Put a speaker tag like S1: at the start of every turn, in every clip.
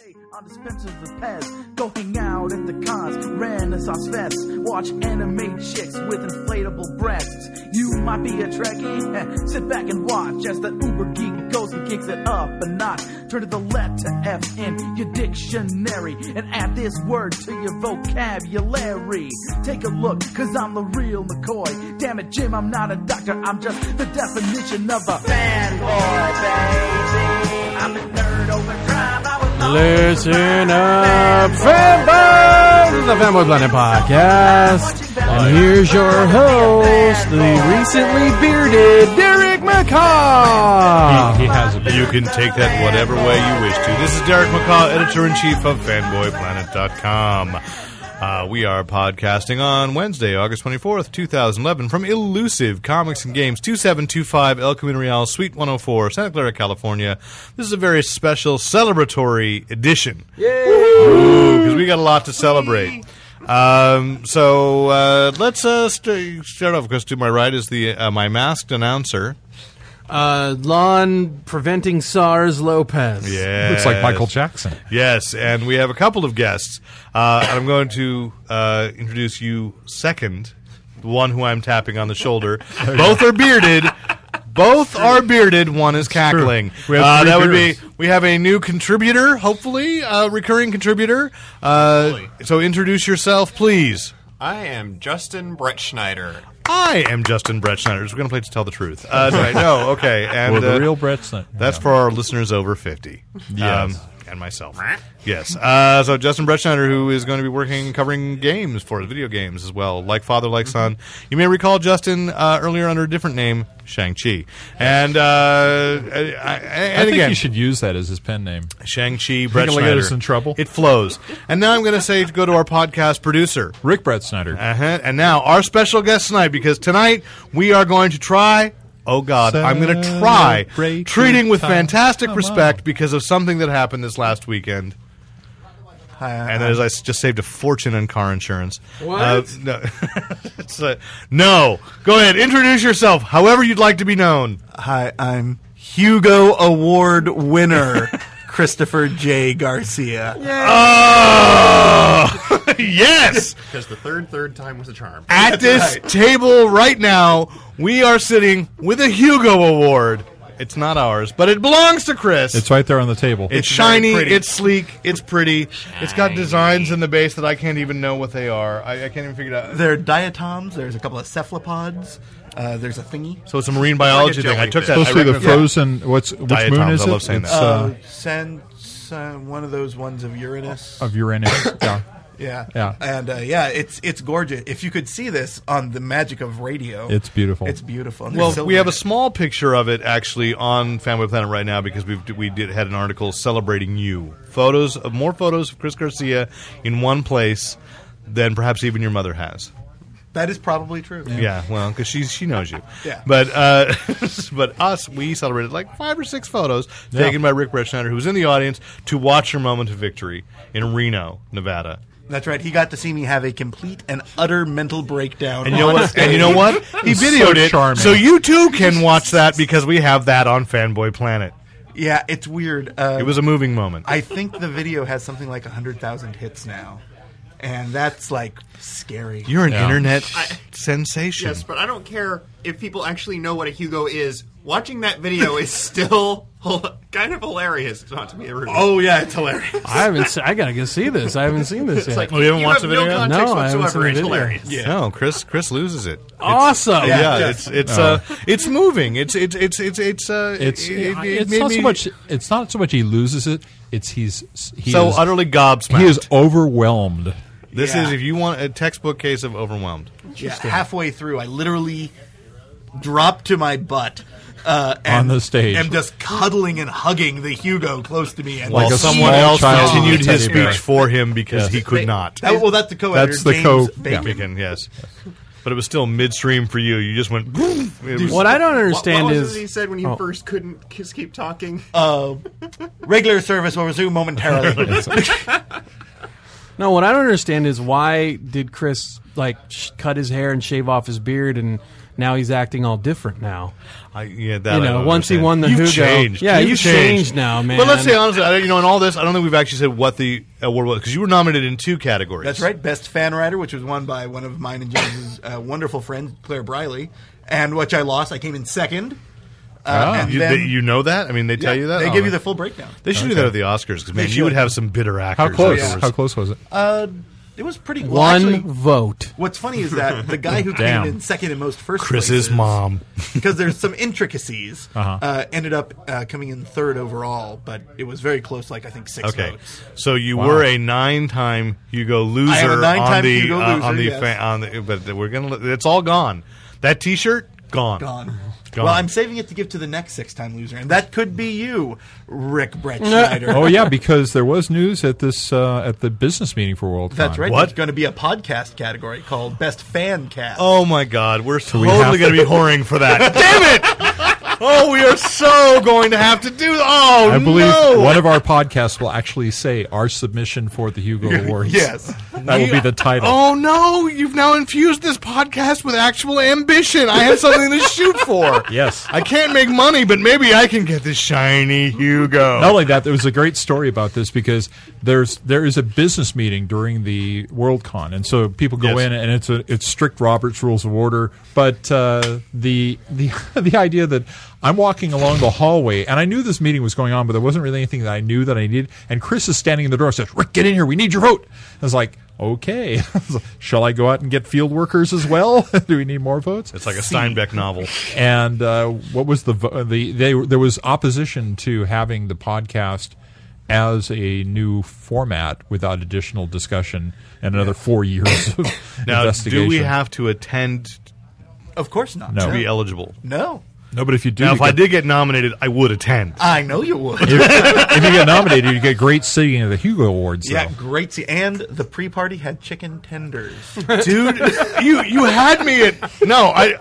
S1: Hey, I'm Spencer the Pez. Go hang out at the cons, Renaissance Fest. Watch anime chicks with inflatable breasts. You might be a Trekkie. eh, Sit back and watch as that Uber geek goes and kicks it up a notch. Turn to the letter F in your dictionary and add this word to your vocabulary. Take a look, cause I'm the real McCoy. Damn it, Jim, I'm not a doctor. I'm just the definition of a fanboy, baby. I'm a nerd over crime. I was
S2: Listen up, fanboys! This is the Fanboy Planet Podcast. And here's your host, the recently bearded Derek McCaw.
S3: He has a You can take that whatever way you wish to. This is Derek McCall, editor in chief of fanboyplanet.com. Uh, we are podcasting on Wednesday, August 24th, 2011, from Elusive Comics and Games, 2725 El Camino Real, Suite 104, Santa Clara, California. This is a very special celebratory edition. Because we got a lot to celebrate. Um, so uh, let's uh, st- start off, because to my right is the uh, my masked announcer.
S2: Uh, lawn preventing SARS Lopez.
S3: Yeah.
S4: Looks like Michael Jackson.
S3: Yes, and we have a couple of guests. Uh, and I'm going to uh, introduce you second, the one who I'm tapping on the shoulder. Both are bearded. Both are bearded. One is cackling.
S4: We have
S3: Uh,
S4: three
S3: that would be.
S4: beards.
S3: We have a new contributor, hopefully, uh, recurring contributor. Uh, so introduce yourself, please.
S5: I am Justin Brett Schneider.
S3: I am Justin Brett Schneider. We're going to play to tell the truth. Uh, no, I- no, okay. And
S4: Or the
S3: uh,
S4: real Brett Snyder.
S3: That's for our listeners over 50. Um, and myself. yes. Uh, so Justin Bretschneider, who is going to be working covering games for us, video games as well, like Father, like Son.
S4: Mm-hmm.
S3: You may recall Justin uh, earlier under a different name, Shang-Chi. And, uh, I- I- and
S4: I think
S3: again,
S4: you should use that as his pen name.
S3: Shang-Chi, Brett
S4: it'll get
S3: Schneider.
S4: us in trouble?
S3: It flows. And now I'm going to say to go to our podcast producer.
S4: Rick Brett Snyder.
S3: Uh-huh. And now our special guest tonight, because tonight we are going to try. Oh God, I'm going to try
S4: Celebrate
S3: treating with
S4: time.
S3: fantastic
S4: Come
S3: respect
S4: on.
S3: because of something that happened this last weekend. And that is, I s- just saved a fortune on car insurance. Uh,
S2: What?
S3: no. It's like- no. Go ahead. Introduce yourself however you'd like to be known.
S6: Hi, I'm Hugo Award winner Christopher J. Garcia.
S3: Oh! yes!
S5: Because the third, third time was a charm.
S3: At this table right now, we are sitting with a Hugo Award. It's not ours, but it belongs to Chris.
S4: It's right there on the table.
S3: It's
S5: very
S3: shiny.
S5: pretty.
S3: It's sleek. It's pretty. It's got designs in the base that I can't even know what they are. I, I can't even figure it out.
S6: There are diatoms. There's a couple of cephalopods. Uh, there's a thingy.
S3: So it's a marine biology
S5: It's like a
S3: thing. I took that.
S4: supposed
S3: I
S4: to be the
S3: recognized-
S4: frozen. What's which
S3: Diatoms,
S4: moon is
S3: I
S4: it?
S3: love saying
S4: it's,
S3: that.
S4: Uh,
S6: Send uh, one of those ones of Uranus.
S3: Oh,
S4: of Uranus. yeah.
S6: yeah,
S4: yeah.
S6: and uh, yeah, it's it's gorgeous. If you could see this on the magic of radio,
S4: It's beautiful.
S6: It's beautiful. And there's
S3: Well, we
S6: silver
S3: have
S6: in
S3: a
S6: it.
S3: small picture of it actually on Family Planet right now because we we did had an article celebrating you. Photos of more photos of Chris Garcia in one place than perhaps even your mother has.
S6: that is probably true.
S3: Yeah, well, because she she knows you.
S6: Yeah.
S3: But uh, but us, we celebrated like five or six photos
S4: Yeah.
S3: taken by Rick Bretschneider, who was in the audience to watch your moment of victory in Reno, Nevada.
S6: That's right. He got to see me have a complete and utter mental breakdown.
S3: And you know
S6: on
S3: what?
S6: stage.
S3: And you know what? He
S4: It's so
S3: videoed it,
S4: charming.
S3: so you too can watch that because we have that on Fanboy Planet.
S6: Yeah, it's weird. Uh,
S3: It was a moving moment.
S6: I think the video has something like 100,000 hits now. And that's like scary.
S3: You're an
S4: Yeah.
S3: internet
S5: I-
S3: sensation.
S5: Yes, but I don't care if people actually know what a Hugo is. Watching that video is still hol- kind of hilarious. Not to be rude.
S6: oh, yeah, it's hilarious.
S2: I haven't. Se- I gotta go see this. I haven't seen this yet.
S5: like,
S3: Oh, you haven't
S5: you
S3: watched
S5: have
S3: the video
S5: no
S3: yet?
S5: context
S2: No, I haven't seen
S5: whatsoever.
S2: the
S5: It's
S2: video.
S5: hilarious.
S3: No, Chris. Chris loses it.
S2: awesome.
S3: yeah,
S6: yeah.
S3: it's it's uh, it's moving. It's it's it's it's it's uh,
S4: It's
S3: it- it- it
S4: it's
S3: made
S4: not so
S3: me
S4: much. It's not so much he loses it. It's he's he
S3: so
S4: is,
S3: utterly gobsmacked.
S4: he is overwhelmed.
S3: This
S6: Yeah.
S3: is if you want a textbook case of overwhelmed.
S6: Yeah, halfway through, I literally dropped to my butt. Uh, and
S4: the stage.
S6: am just cuddling and hugging the Hugo close to me, and
S3: While
S4: a
S3: someone
S4: small
S3: else
S4: child
S3: continued his
S4: teddy bear.
S3: speech for him because
S4: Yes.
S3: he could not.
S6: That- well, that's the co-editor.
S4: That's the
S6: James
S4: co-
S6: Bacon.
S3: Bacon, yes. But it was still midstream for you. You just went. It was-
S2: What I don't
S5: What,
S2: understand
S5: what was
S2: is
S5: it he said when you first couldn't just keep talking?
S6: Regular service will resume momentarily.
S2: No, what I don't understand is why did Chris like sh- cut his hair and shave off his beard, and now he's acting all different now.
S3: I, yeah, that
S2: You
S3: I
S2: know,
S3: don't
S2: once he
S3: understand.
S2: won the
S3: You've
S2: Hugo-
S3: changed.
S2: Yeah, you've changed now, man.
S3: But let's say honestly, I, you know, in all this, I don't think we've actually said what the award was because you were nominated in two categories.
S6: That's right. Best fan writer, which was won by one of mine and James's uh, wonderful friends, Claire Briley, and which I lost. I came in second.
S4: Ah.
S6: Uh, and
S3: You,
S6: then-
S3: they- you know that? I mean, they tell
S6: Yeah,
S3: you that
S6: They
S3: Oh,
S6: give you the full breakdown.
S3: They should do that at the Oscars because man, you
S6: should.
S3: would have some bitter actors.
S4: How close?
S3: afterwards.
S4: How close was it?
S6: Uh, it was pretty well,
S2: One
S6: actually,
S2: vote.
S6: What's funny is that the guy who came
S3: Damn.
S6: in second and most first
S3: Chris's
S6: places,
S3: mom.
S6: because there's some intricacies,
S4: Uh-huh.
S6: uh ended up uh, coming in third overall, but it was very close, like I think six
S3: Okay,
S6: votes.
S3: so you were a nine-time Hugo loser
S6: I am a
S3: on
S6: nine-time
S3: the
S6: Hugo
S3: uh, on
S6: loser,
S3: the
S6: yes.
S3: fa- on the. But we're gonna. It's all gone. That T-shirt gone.
S6: Gone.
S3: Gone.
S6: Well, I'm saving it to give to the next six-time loser, and that could be you, Rick Brett
S4: oh yeah, because there was news at this uh, at the business meeting for World.
S6: That's right.
S3: What?
S6: There's going to be a podcast category called Best Fan Cast.
S3: Oh my God, we're
S4: we
S3: totally
S4: have-
S3: going to be whoring for that. Damn it! Oh, we are so going to have to do. Oh,
S4: I believe
S3: no.
S4: one of our podcasts will actually say our submission for the Hugo Awards.
S6: Yes.
S4: that will be the title.
S3: Oh no! You've now infused this podcast with actual ambition. I have something to shoot for.
S4: Yes.
S3: I can't make money, but maybe I can get this shiny Hugo.
S4: Not only that, there was a great story about this because there's there is a business meeting during the WorldCon, and so people go
S3: Yes.
S4: in and it's a it's strict Robert's Rules of Order. But uh, the the the idea that I'm walking along the hallway and I knew this meeting was going on, but there wasn't really anything that I knew that I needed. And Chris is standing in the door, says, "Rick, get in here. We need your vote." I was like. Okay, shall I go out and get field workers as well? Do we need more votes?
S3: It's like a Steinbeck novel.
S4: and uh, what was the vo- the they there was opposition to having the podcast as a new format without additional discussion and another four years of
S3: Now,
S4: investigation.
S3: do we have to attend
S6: Of course not.
S4: No.
S3: to be eligible?
S6: No.
S4: no, but if you do,
S3: Now,
S4: you
S3: if I
S4: get-
S3: did get nominated, I would attend.
S6: I know you would.
S4: if you get nominated, you get great singing of the Hugo Awards.
S6: yeah,
S4: though.
S6: great. See, and the pre-party had chicken tenders.
S3: dude. you you had me at no. I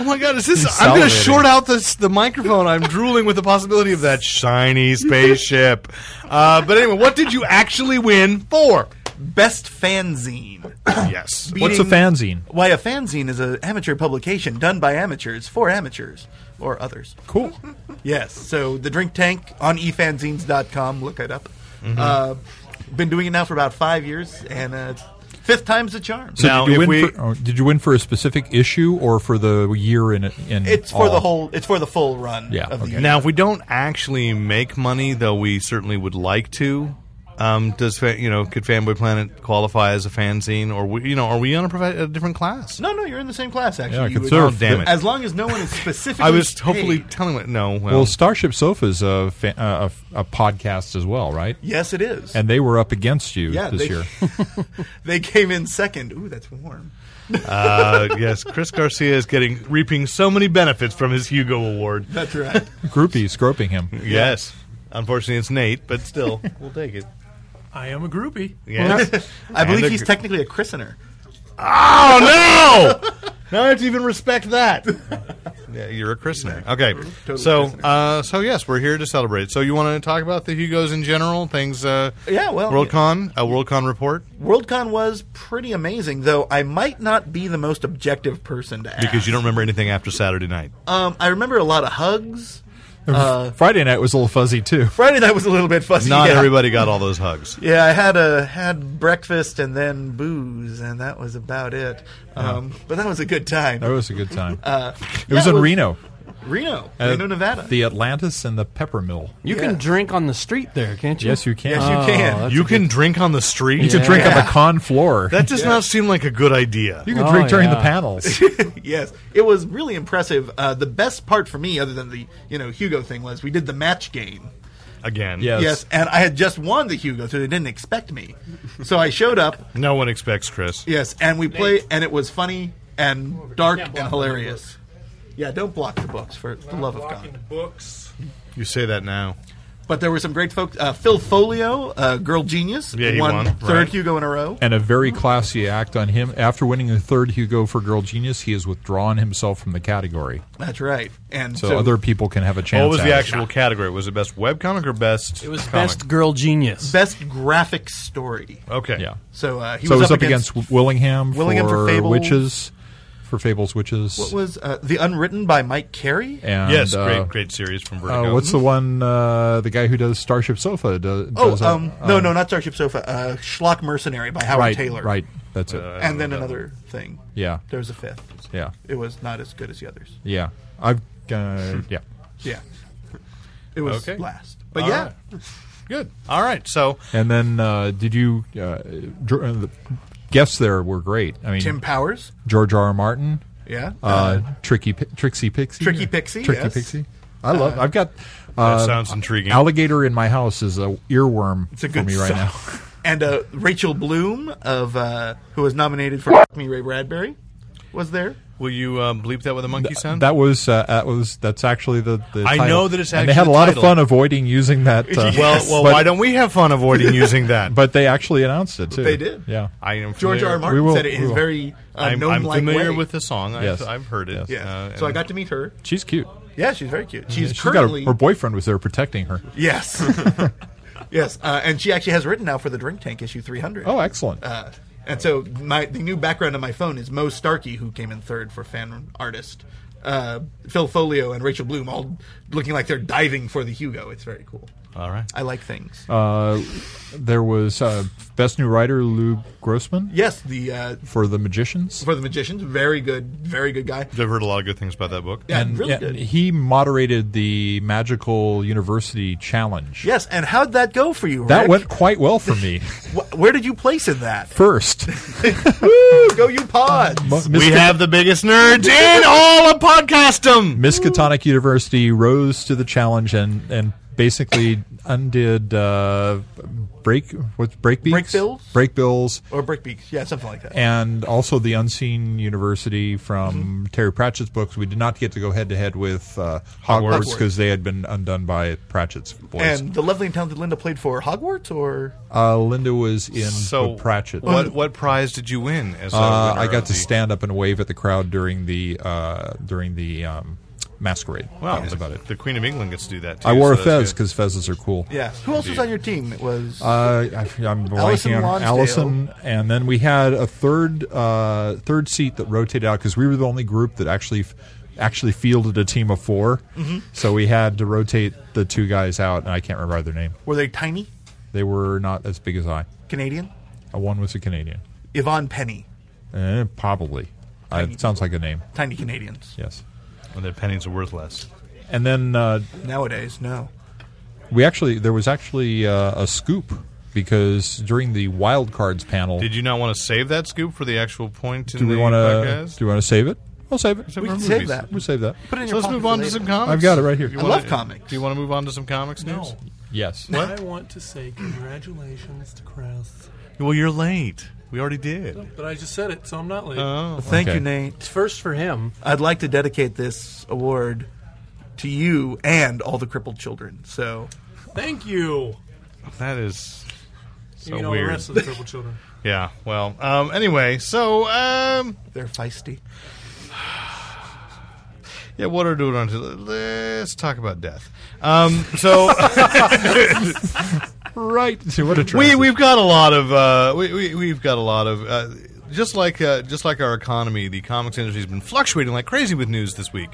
S3: oh my god, is this? I'm gonna
S4: salivating.
S3: short out this the microphone. I'm drooling with the possibility of that shiny spaceship. Uh, but anyway, what did you actually win for?
S6: Best fanzine.
S3: Yes.
S4: What's a fanzine?
S6: Why a fanzine is an amateur publication done by amateurs for amateurs or others.
S4: Cool.
S6: Yes. So the Drink Tank on efanzines.com. Look it up. Uh, been doing it now for about five years, and uh, fifth time's the charm.
S4: So
S3: Now,
S4: did you
S3: if
S4: win?
S3: we-
S4: for, oh, did you win for a specific issue or for the year in? in
S6: it's for
S4: all?
S6: the whole. It's for the full run.
S4: Yeah,
S6: Of the
S4: okay.
S6: year.
S3: Now, if we don't actually make money, though, we certainly would like to. Um, does fa- you know could Fanboy Planet qualify as a fanzine, or we, you know are we on a, provi- a different class?
S6: No, no, you're in the same class. Actually,
S4: Yeah,
S6: You would-
S4: conserve-
S3: Oh, damn it.
S6: As long as no one is specifically.
S3: I was
S6: paid.
S3: hopefully telling it. No, well,
S4: Well, Starship Sofa is a, fa- uh, a, a podcast as well, right?
S6: Yes, it is.
S4: And they were up against you
S6: Yeah, they-
S4: this year.
S6: they came in second. Ooh, that's warm.
S3: uh, yes, Chris Garcia is getting reaping so many benefits from his Hugo Award.
S6: That's right.
S4: groupies groping him.
S6: Uh,
S3: Yes. Unfortunately, it's Nate, but still, we'll take it.
S7: I am a groupie.
S3: Yes.
S6: I believe
S3: And
S6: he's
S3: the-
S6: technically a christener.
S3: oh no! Now I have to even respect that. Yeah, you're a christener. Okay. so, uh, so yes, we're here to celebrate. So, you want to talk about the Hugos in general? Things. Uh,
S6: Yeah, well,
S3: WorldCon, a WorldCon report
S6: WorldCon was pretty amazing, though I might not be the most objective person to ask.
S3: because you don't remember anything after Saturday night.
S6: Um, I remember a lot of hugs.
S4: Friday night was a little fuzzy too.
S6: Friday night was a little bit fuzzy.
S3: Not
S6: yeah.
S3: everybody got all those hugs.
S6: Yeah, I had a had breakfast and then booze, and that was about it. Um, But that was a good time.
S4: That was a good time. it
S6: Uh, yeah,
S4: was
S6: it
S4: in
S6: was-
S4: Reno,
S6: Reno,
S4: Uh,
S6: Reno, Nevada.
S4: the Atlantis and the Pepper Mill.
S2: You
S6: Yeah.
S2: can drink on the street there, can't you?
S4: Yes, you can.
S6: yes, you
S2: Oh,
S6: can.
S2: that's
S3: You
S2: a
S3: can drink on the street.
S4: You can drink on the con floor.
S3: That does not seem like a good idea.
S4: you can
S2: Oh,
S4: drink during the
S2: yeah.
S4: panels.
S6: yes, it was really impressive. Uh, the best part for me, other than the you know Hugo thing, was we did the match game.
S3: Again,
S4: Yes.
S6: Yes, and I had just won the Hugo, so they didn't expect me. So I showed up.
S3: no one expects Chris.
S6: Yes, and we play, and it was funny and dark and hilarious. Yeah, don't block the books for the love of God.
S7: Books.
S3: You say that now.
S6: But there were some great folks. Uh, Phil Folio, uh, Girl Genius,
S3: Yeah, he won,
S6: third
S3: right.
S6: Hugo in a row.
S4: and a very classy act on him. After winning the third Hugo for Girl Genius, he has withdrawn himself from the category,
S6: That's right. And
S4: so, other people can have a chance.
S3: What was
S4: at
S3: the
S4: it.
S3: actual category? Was it best webcomic or best?
S7: It was
S3: comic?
S7: best girl genius.
S6: best graphic story.
S3: Okay.
S4: Yeah.
S6: So uh, he
S4: so
S6: was,
S4: it was up against, Willingham,
S6: Willingham for
S4: for,
S6: Fable.
S4: Witches, for Fables Witches,
S6: what was uh, the Unwritten by Mike Carey.
S4: and
S3: yes,
S4: uh,
S3: great, great series from
S4: uh,
S3: Vertigo.
S4: what's the one? Uh, the guy who does Starship Sofa. Does,
S6: um, Oh,
S4: does, uh,
S6: um, no, no, not Starship Sofa. Uh, Schlock Mercenary by Howard
S4: right,
S6: Taylor. Uh,
S4: right. That's it.
S6: And then another thing.
S4: yeah,
S6: There was a fifth.
S4: yeah,
S6: It was not as good as the others.
S4: yeah. I've uh, yeah.
S6: Yeah. It was
S3: Okay.
S6: last. But
S3: All
S6: yeah.
S3: right. Good. Mm-hmm. All right. So
S4: And then uh, did you? Uh, dr- uh, the guests there were great. I mean,
S6: Tim Powers.
S4: George R. R. Martin.
S6: Yeah.
S4: uh, Tricky Pi- Trixie Pixie.
S6: Tricky Pixie,
S4: Tricky
S6: yes.
S4: Pixie. I love. I've got
S3: that
S4: uh,
S3: sounds intriguing.
S4: alligator in my house is a earworm
S6: It's a
S4: for
S6: good
S4: me right now.
S6: song. And uh, Rachel Bloom of uh, who was nominated for Fuck Me Ray Bradbury was there.
S3: Will you um, bleep that with a monkey sound?
S4: That was uh, that was that's actually the. the
S3: I
S4: title.
S3: know that it's
S4: And they had a
S3: actually
S4: lot
S3: the
S4: of
S3: title.
S4: fun avoiding using that. Uh,
S3: well, well,
S4: but,
S3: why don't we have fun avoiding using that?
S4: But they actually announced it too.
S6: They did.
S4: Yeah.
S3: I am
S6: George R. R.
S3: familiar-
S6: Martin
S4: We will-
S6: said it in
S4: we
S6: his
S4: will.
S6: very uh,
S3: I'm, I'm
S6: gnome-like
S3: familiar
S6: way.
S3: with the song. I've,
S4: Yes.
S3: I've heard it.
S4: Yes.
S6: Yeah.
S3: Uh,
S6: so I
S3: and-
S6: got to meet her.
S4: She's cute.
S6: Yeah, she's very cute. She's
S4: She's got
S6: currently
S4: a, her boyfriend was there protecting her.
S6: yes, yes, uh, and she actually has written now for the Drink Tank issue 300.
S4: Oh, excellent.
S6: Uh, and so my the new background on my phone is Mo Starkey, who came in third for fan artist. Uh, Phil Folio and Rachel Bloom all looking like they're diving for the Hugo. It's very cool.
S3: All right.
S6: I like things.
S4: Uh, there was uh, best new writer Lou Grossman
S6: yes, the uh,
S4: for The Magicians.
S6: for the magicians, very good, very good guy.
S3: I've heard a lot of good things about that book.
S6: Yeah,
S4: and
S6: really
S4: yeah,
S6: good.
S4: he moderated the Magical University Challenge.
S6: yes, and how'd that go for you?
S4: That
S6: Rick?
S4: went quite well for me.
S6: Wh- where did you place in that?
S4: First,
S6: Woo, go you pods!
S4: Mo-
S3: We
S4: Miskatonic-
S3: have the biggest nerds in all of podcastdom.
S4: Miskatonic University rose to the challenge and, and basically undid uh, break what break beaks?
S6: Break bills?
S4: break bills,
S6: or Brickbeaks, yeah, something like that.
S4: and also the Unseen University
S6: Mm-hmm.
S4: from Terry Pratchett's books. We did not get to go head to head with uh, Hogwarts
S6: Hogwarts.
S4: because they had been undone by Pratchett's voice.
S6: And the lovely and talented Linda played for Hogwarts, or
S4: uh, Linda was in
S3: So
S4: the Pratchett.
S3: What what prize did you win? As a
S4: Uh,
S3: winner
S4: I got
S3: of
S4: to
S3: the-
S4: stand up and wave at the crowd during the uh, during the um, masquerade.
S3: Wow,
S4: that was
S3: the-
S4: about it.
S3: The Queen of England gets to do that. Too,
S4: I wore
S3: so
S4: a
S3: that's
S4: fez
S3: good.
S4: because fezes are cool.
S6: yeah, who else was on your team? It was
S4: Uh, I, I'm
S6: Allison
S4: blanking on
S6: Lonsdale.
S4: Allison, and then we had a third uh, third seat that rotated out because we were the only group that actually f- actually fielded a team of 4
S6: Mm-hmm.
S4: So we had to rotate the two guys out, and I can't remember their name.
S6: were they tiny
S4: They were not as big as I.
S6: Canadian?
S4: Uh, One was a Canadian,
S6: Yvonne Penny,
S4: eh, probably. Uh, it sounds like a name.
S6: tiny Canadians
S4: Yes.
S3: When their pennies are worth less.
S4: And then uh,
S6: nowadays. No,
S4: We actually there was actually uh, a scoop because during the wild cards panel,
S3: Did you not want to save that scoop for the actual point in
S4: do we
S3: the
S4: want to
S3: podcast?
S4: do we want to save it? I'll save it.
S3: Except
S6: we
S3: for
S6: can
S3: movies.
S6: save that.
S4: We'll save that.
S6: Put it in
S3: So
S6: your
S3: let's
S6: pocket
S3: move
S6: for
S3: on to
S6: later.
S3: some comics.
S4: I've got it right here.
S3: You
S6: I
S3: wanna-
S6: love comics.
S3: Do you want to move on to some comics news?
S4: Yes.
S7: I want to say congratulations to Kraus.
S3: Well, you're late. We already did.
S7: But I just said it, so I'm not late.
S3: Oh.
S6: Thank
S4: Okay.
S6: you, Nate.
S7: it's first for him.
S6: I'd like to dedicate this award to you and all the crippled children. So
S7: Thank you.
S3: That is so
S7: you know
S3: weird.
S7: the rest of the triple children.
S3: Yeah. Well. Um, anyway. So. Um,
S6: they're feisty.
S3: yeah. What are we doing on? to- Let's talk about death. Um, so
S4: Right. So what a
S3: we
S4: transition.
S3: we've got a lot of uh, we, we we've got a lot of. Uh, just like uh, just like our economy, the comics industry has been fluctuating like crazy with news this week.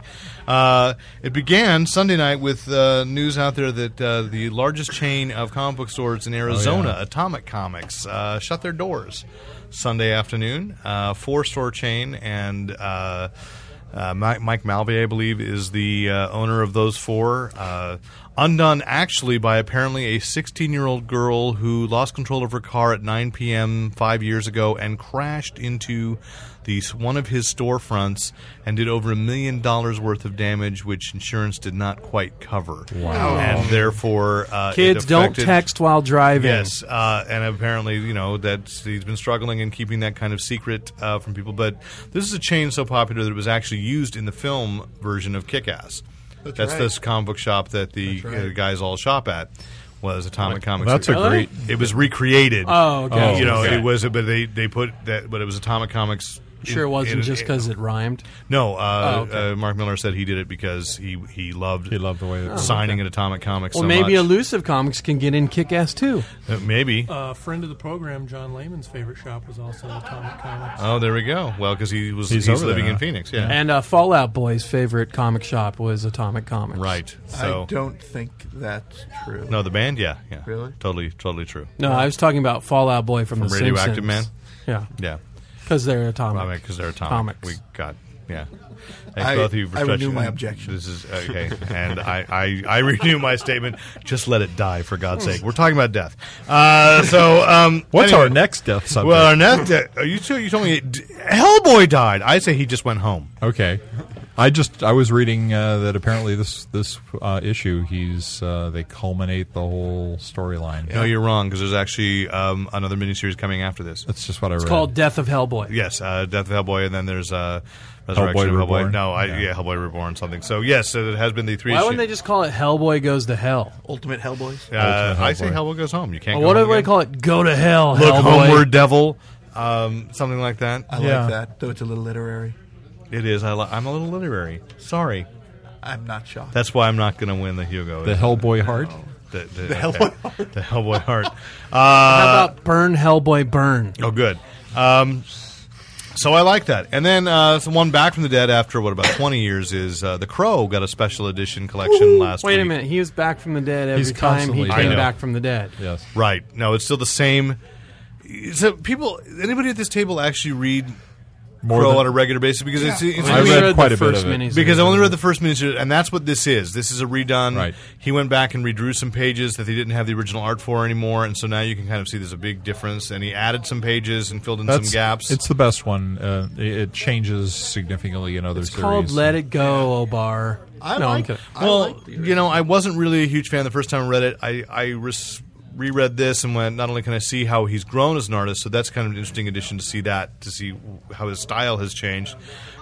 S3: Uh, it began Sunday night with uh, news out there that uh, the largest chain of comic book stores in Arizona, Atomic Comics, uh, shut their doors Sunday afternoon. Uh, four store chain and. Uh, uh, Mike, Mike Malvey, I believe, is the uh, owner of those four. Uh, undone actually by apparently a 16 year old girl who lost control of her car at 9 p.m. five years ago and crashed into the, one of his storefronts and did over a million dollars worth of damage, which insurance did not quite cover. Wow. And therefore, uh, it
S7: Kids, don't
S3: affected-
S7: text while driving.
S3: Yes, uh, and apparently, you know, that he's been struggling in keeping that kind of secret uh, from people. But this is a chain so popular that it was actually used in the film version of Kick Ass. That's,
S6: right.
S3: this comic book shop that the uh, guys all shop at. Was Atomic Comics?
S2: that's a Really?
S3: great. It was recreated.
S8: Oh, okay.
S3: you know,
S8: Okay.
S3: it was. But they they put that. But it was Atomic Comics. in-
S8: Sure, it wasn't
S3: in-
S8: just because it rhymed.
S3: No, uh,
S8: Oh, okay.
S3: uh, Mark Miller said he did it because he he loved
S4: He loved the way that-
S3: signing at Atomic Comics.
S8: Well,
S3: so
S8: maybe
S3: much.
S8: Elusive Comics can get in Kick Ass too.
S3: Uh, maybe.
S7: A friend of the program, John Lehman's favorite shop was also Atomic Comics.
S3: oh, there we go. Well, because he was
S4: He's
S3: he's,
S4: over there
S3: living in
S4: now.
S3: Phoenix. Yeah,
S8: And uh, Fallout Boy's favorite comic shop was Atomic Comics.
S3: right. So
S6: I don't think that's true.
S3: no, the band. Yeah, yeah.
S6: Really?
S3: Totally, totally true.
S8: No, I was talking about Fallout Boy from,
S3: From
S8: the
S3: Radioactive
S8: Simpsons.
S3: Man?
S8: Yeah,
S3: Yeah,
S8: because they're atomic.
S3: I mean, because they're atomic.
S8: Comics.
S3: We got. Yeah. Thanks
S6: I-
S3: both of you for
S6: I renew
S3: touching-
S6: my objection.
S3: This is okay, and I, I, I renew my statement. Just let it die, for God's sake. We're talking about death. Uh, so, um,
S4: What's
S3: anyway.
S4: our next death subject?
S3: Well, Ernest, uh, you two, you told me d- Hellboy died. I say he just went home.
S4: Okay. I just I was reading uh, that apparently this this uh, issue he's uh, they culminate the whole storyline.
S3: No, you're wrong because there's actually um, another miniseries coming after this.
S4: That's just what I read.
S8: Called Death of Hellboy.
S3: Yes, uh, Death of Hellboy, and then there's uh, Resurrection
S4: Hellboy
S3: of Hellboy.
S4: Reborn.
S3: No, I, yeah.
S4: Yeah.
S3: Hellboy Reborn, something. So yes, so it has been the three.
S8: Why wouldn't
S3: issue-
S8: they just call it Hellboy Goes to Hell?
S6: Ultimate Hellboys.
S3: Uh,
S4: Ultimate
S3: I say
S4: Hellboy.
S3: Hellboy goes home. You
S8: Or
S3: can't. go
S8: Uh, what do
S3: home
S8: they
S3: again.
S8: call it? Go to Hell,
S3: Look
S8: Hellboy.
S3: homeward, devil. Um, something like that.
S6: I
S4: Yeah.
S6: like that, though it's a little literary.
S3: It is. I li- I'm a little literary. Sorry,
S6: I'm not shocked.
S3: that's why I'm not going to win the Hugo.
S4: the Hellboy heart.
S3: The, the, Hellboy heart. The Hellboy heart. Uh,
S8: How about Burn Hellboy Burn?
S3: Oh, good. Um, so I like that. And then uh, so one back from the dead after what about twenty years is uh, the Crow got a special edition collection last
S8: Wait
S3: week.
S8: a minute, he was back from the dead every
S4: He's
S8: time he
S4: constantly
S8: came
S3: dead.
S8: back from the dead.
S4: Yes.
S3: Right? No, it's still the same. So people, anybody at this table actually read
S4: More
S3: Crow
S4: than-
S3: on a regular basis because it's, it's
S4: I
S8: We
S4: read
S8: the
S4: quite a bit
S8: first
S4: of it.
S8: miniseries.
S3: Because I only read the first miniseries, and that's what this is. This is a redone.
S4: Right.
S3: He went back and redrew some pages that they didn't have the original art for anymore, and so now you can kind of see there's a big difference. And he added some pages and filled in some
S4: That's-
S3: gaps.
S4: It's the best one. Uh, it, it changes significantly in other
S8: It's
S4: series.
S8: called Let It Go, Obar.
S6: I
S8: no, I'm
S6: like,
S8: kidding.
S6: I
S3: Well,
S6: like the
S3: you know, I wasn't really a huge fan the first time I read it. I I res- reread this and went, not only can I see how he's grown as an artist, so that's kind of an interesting addition to see that to see how his style has changed.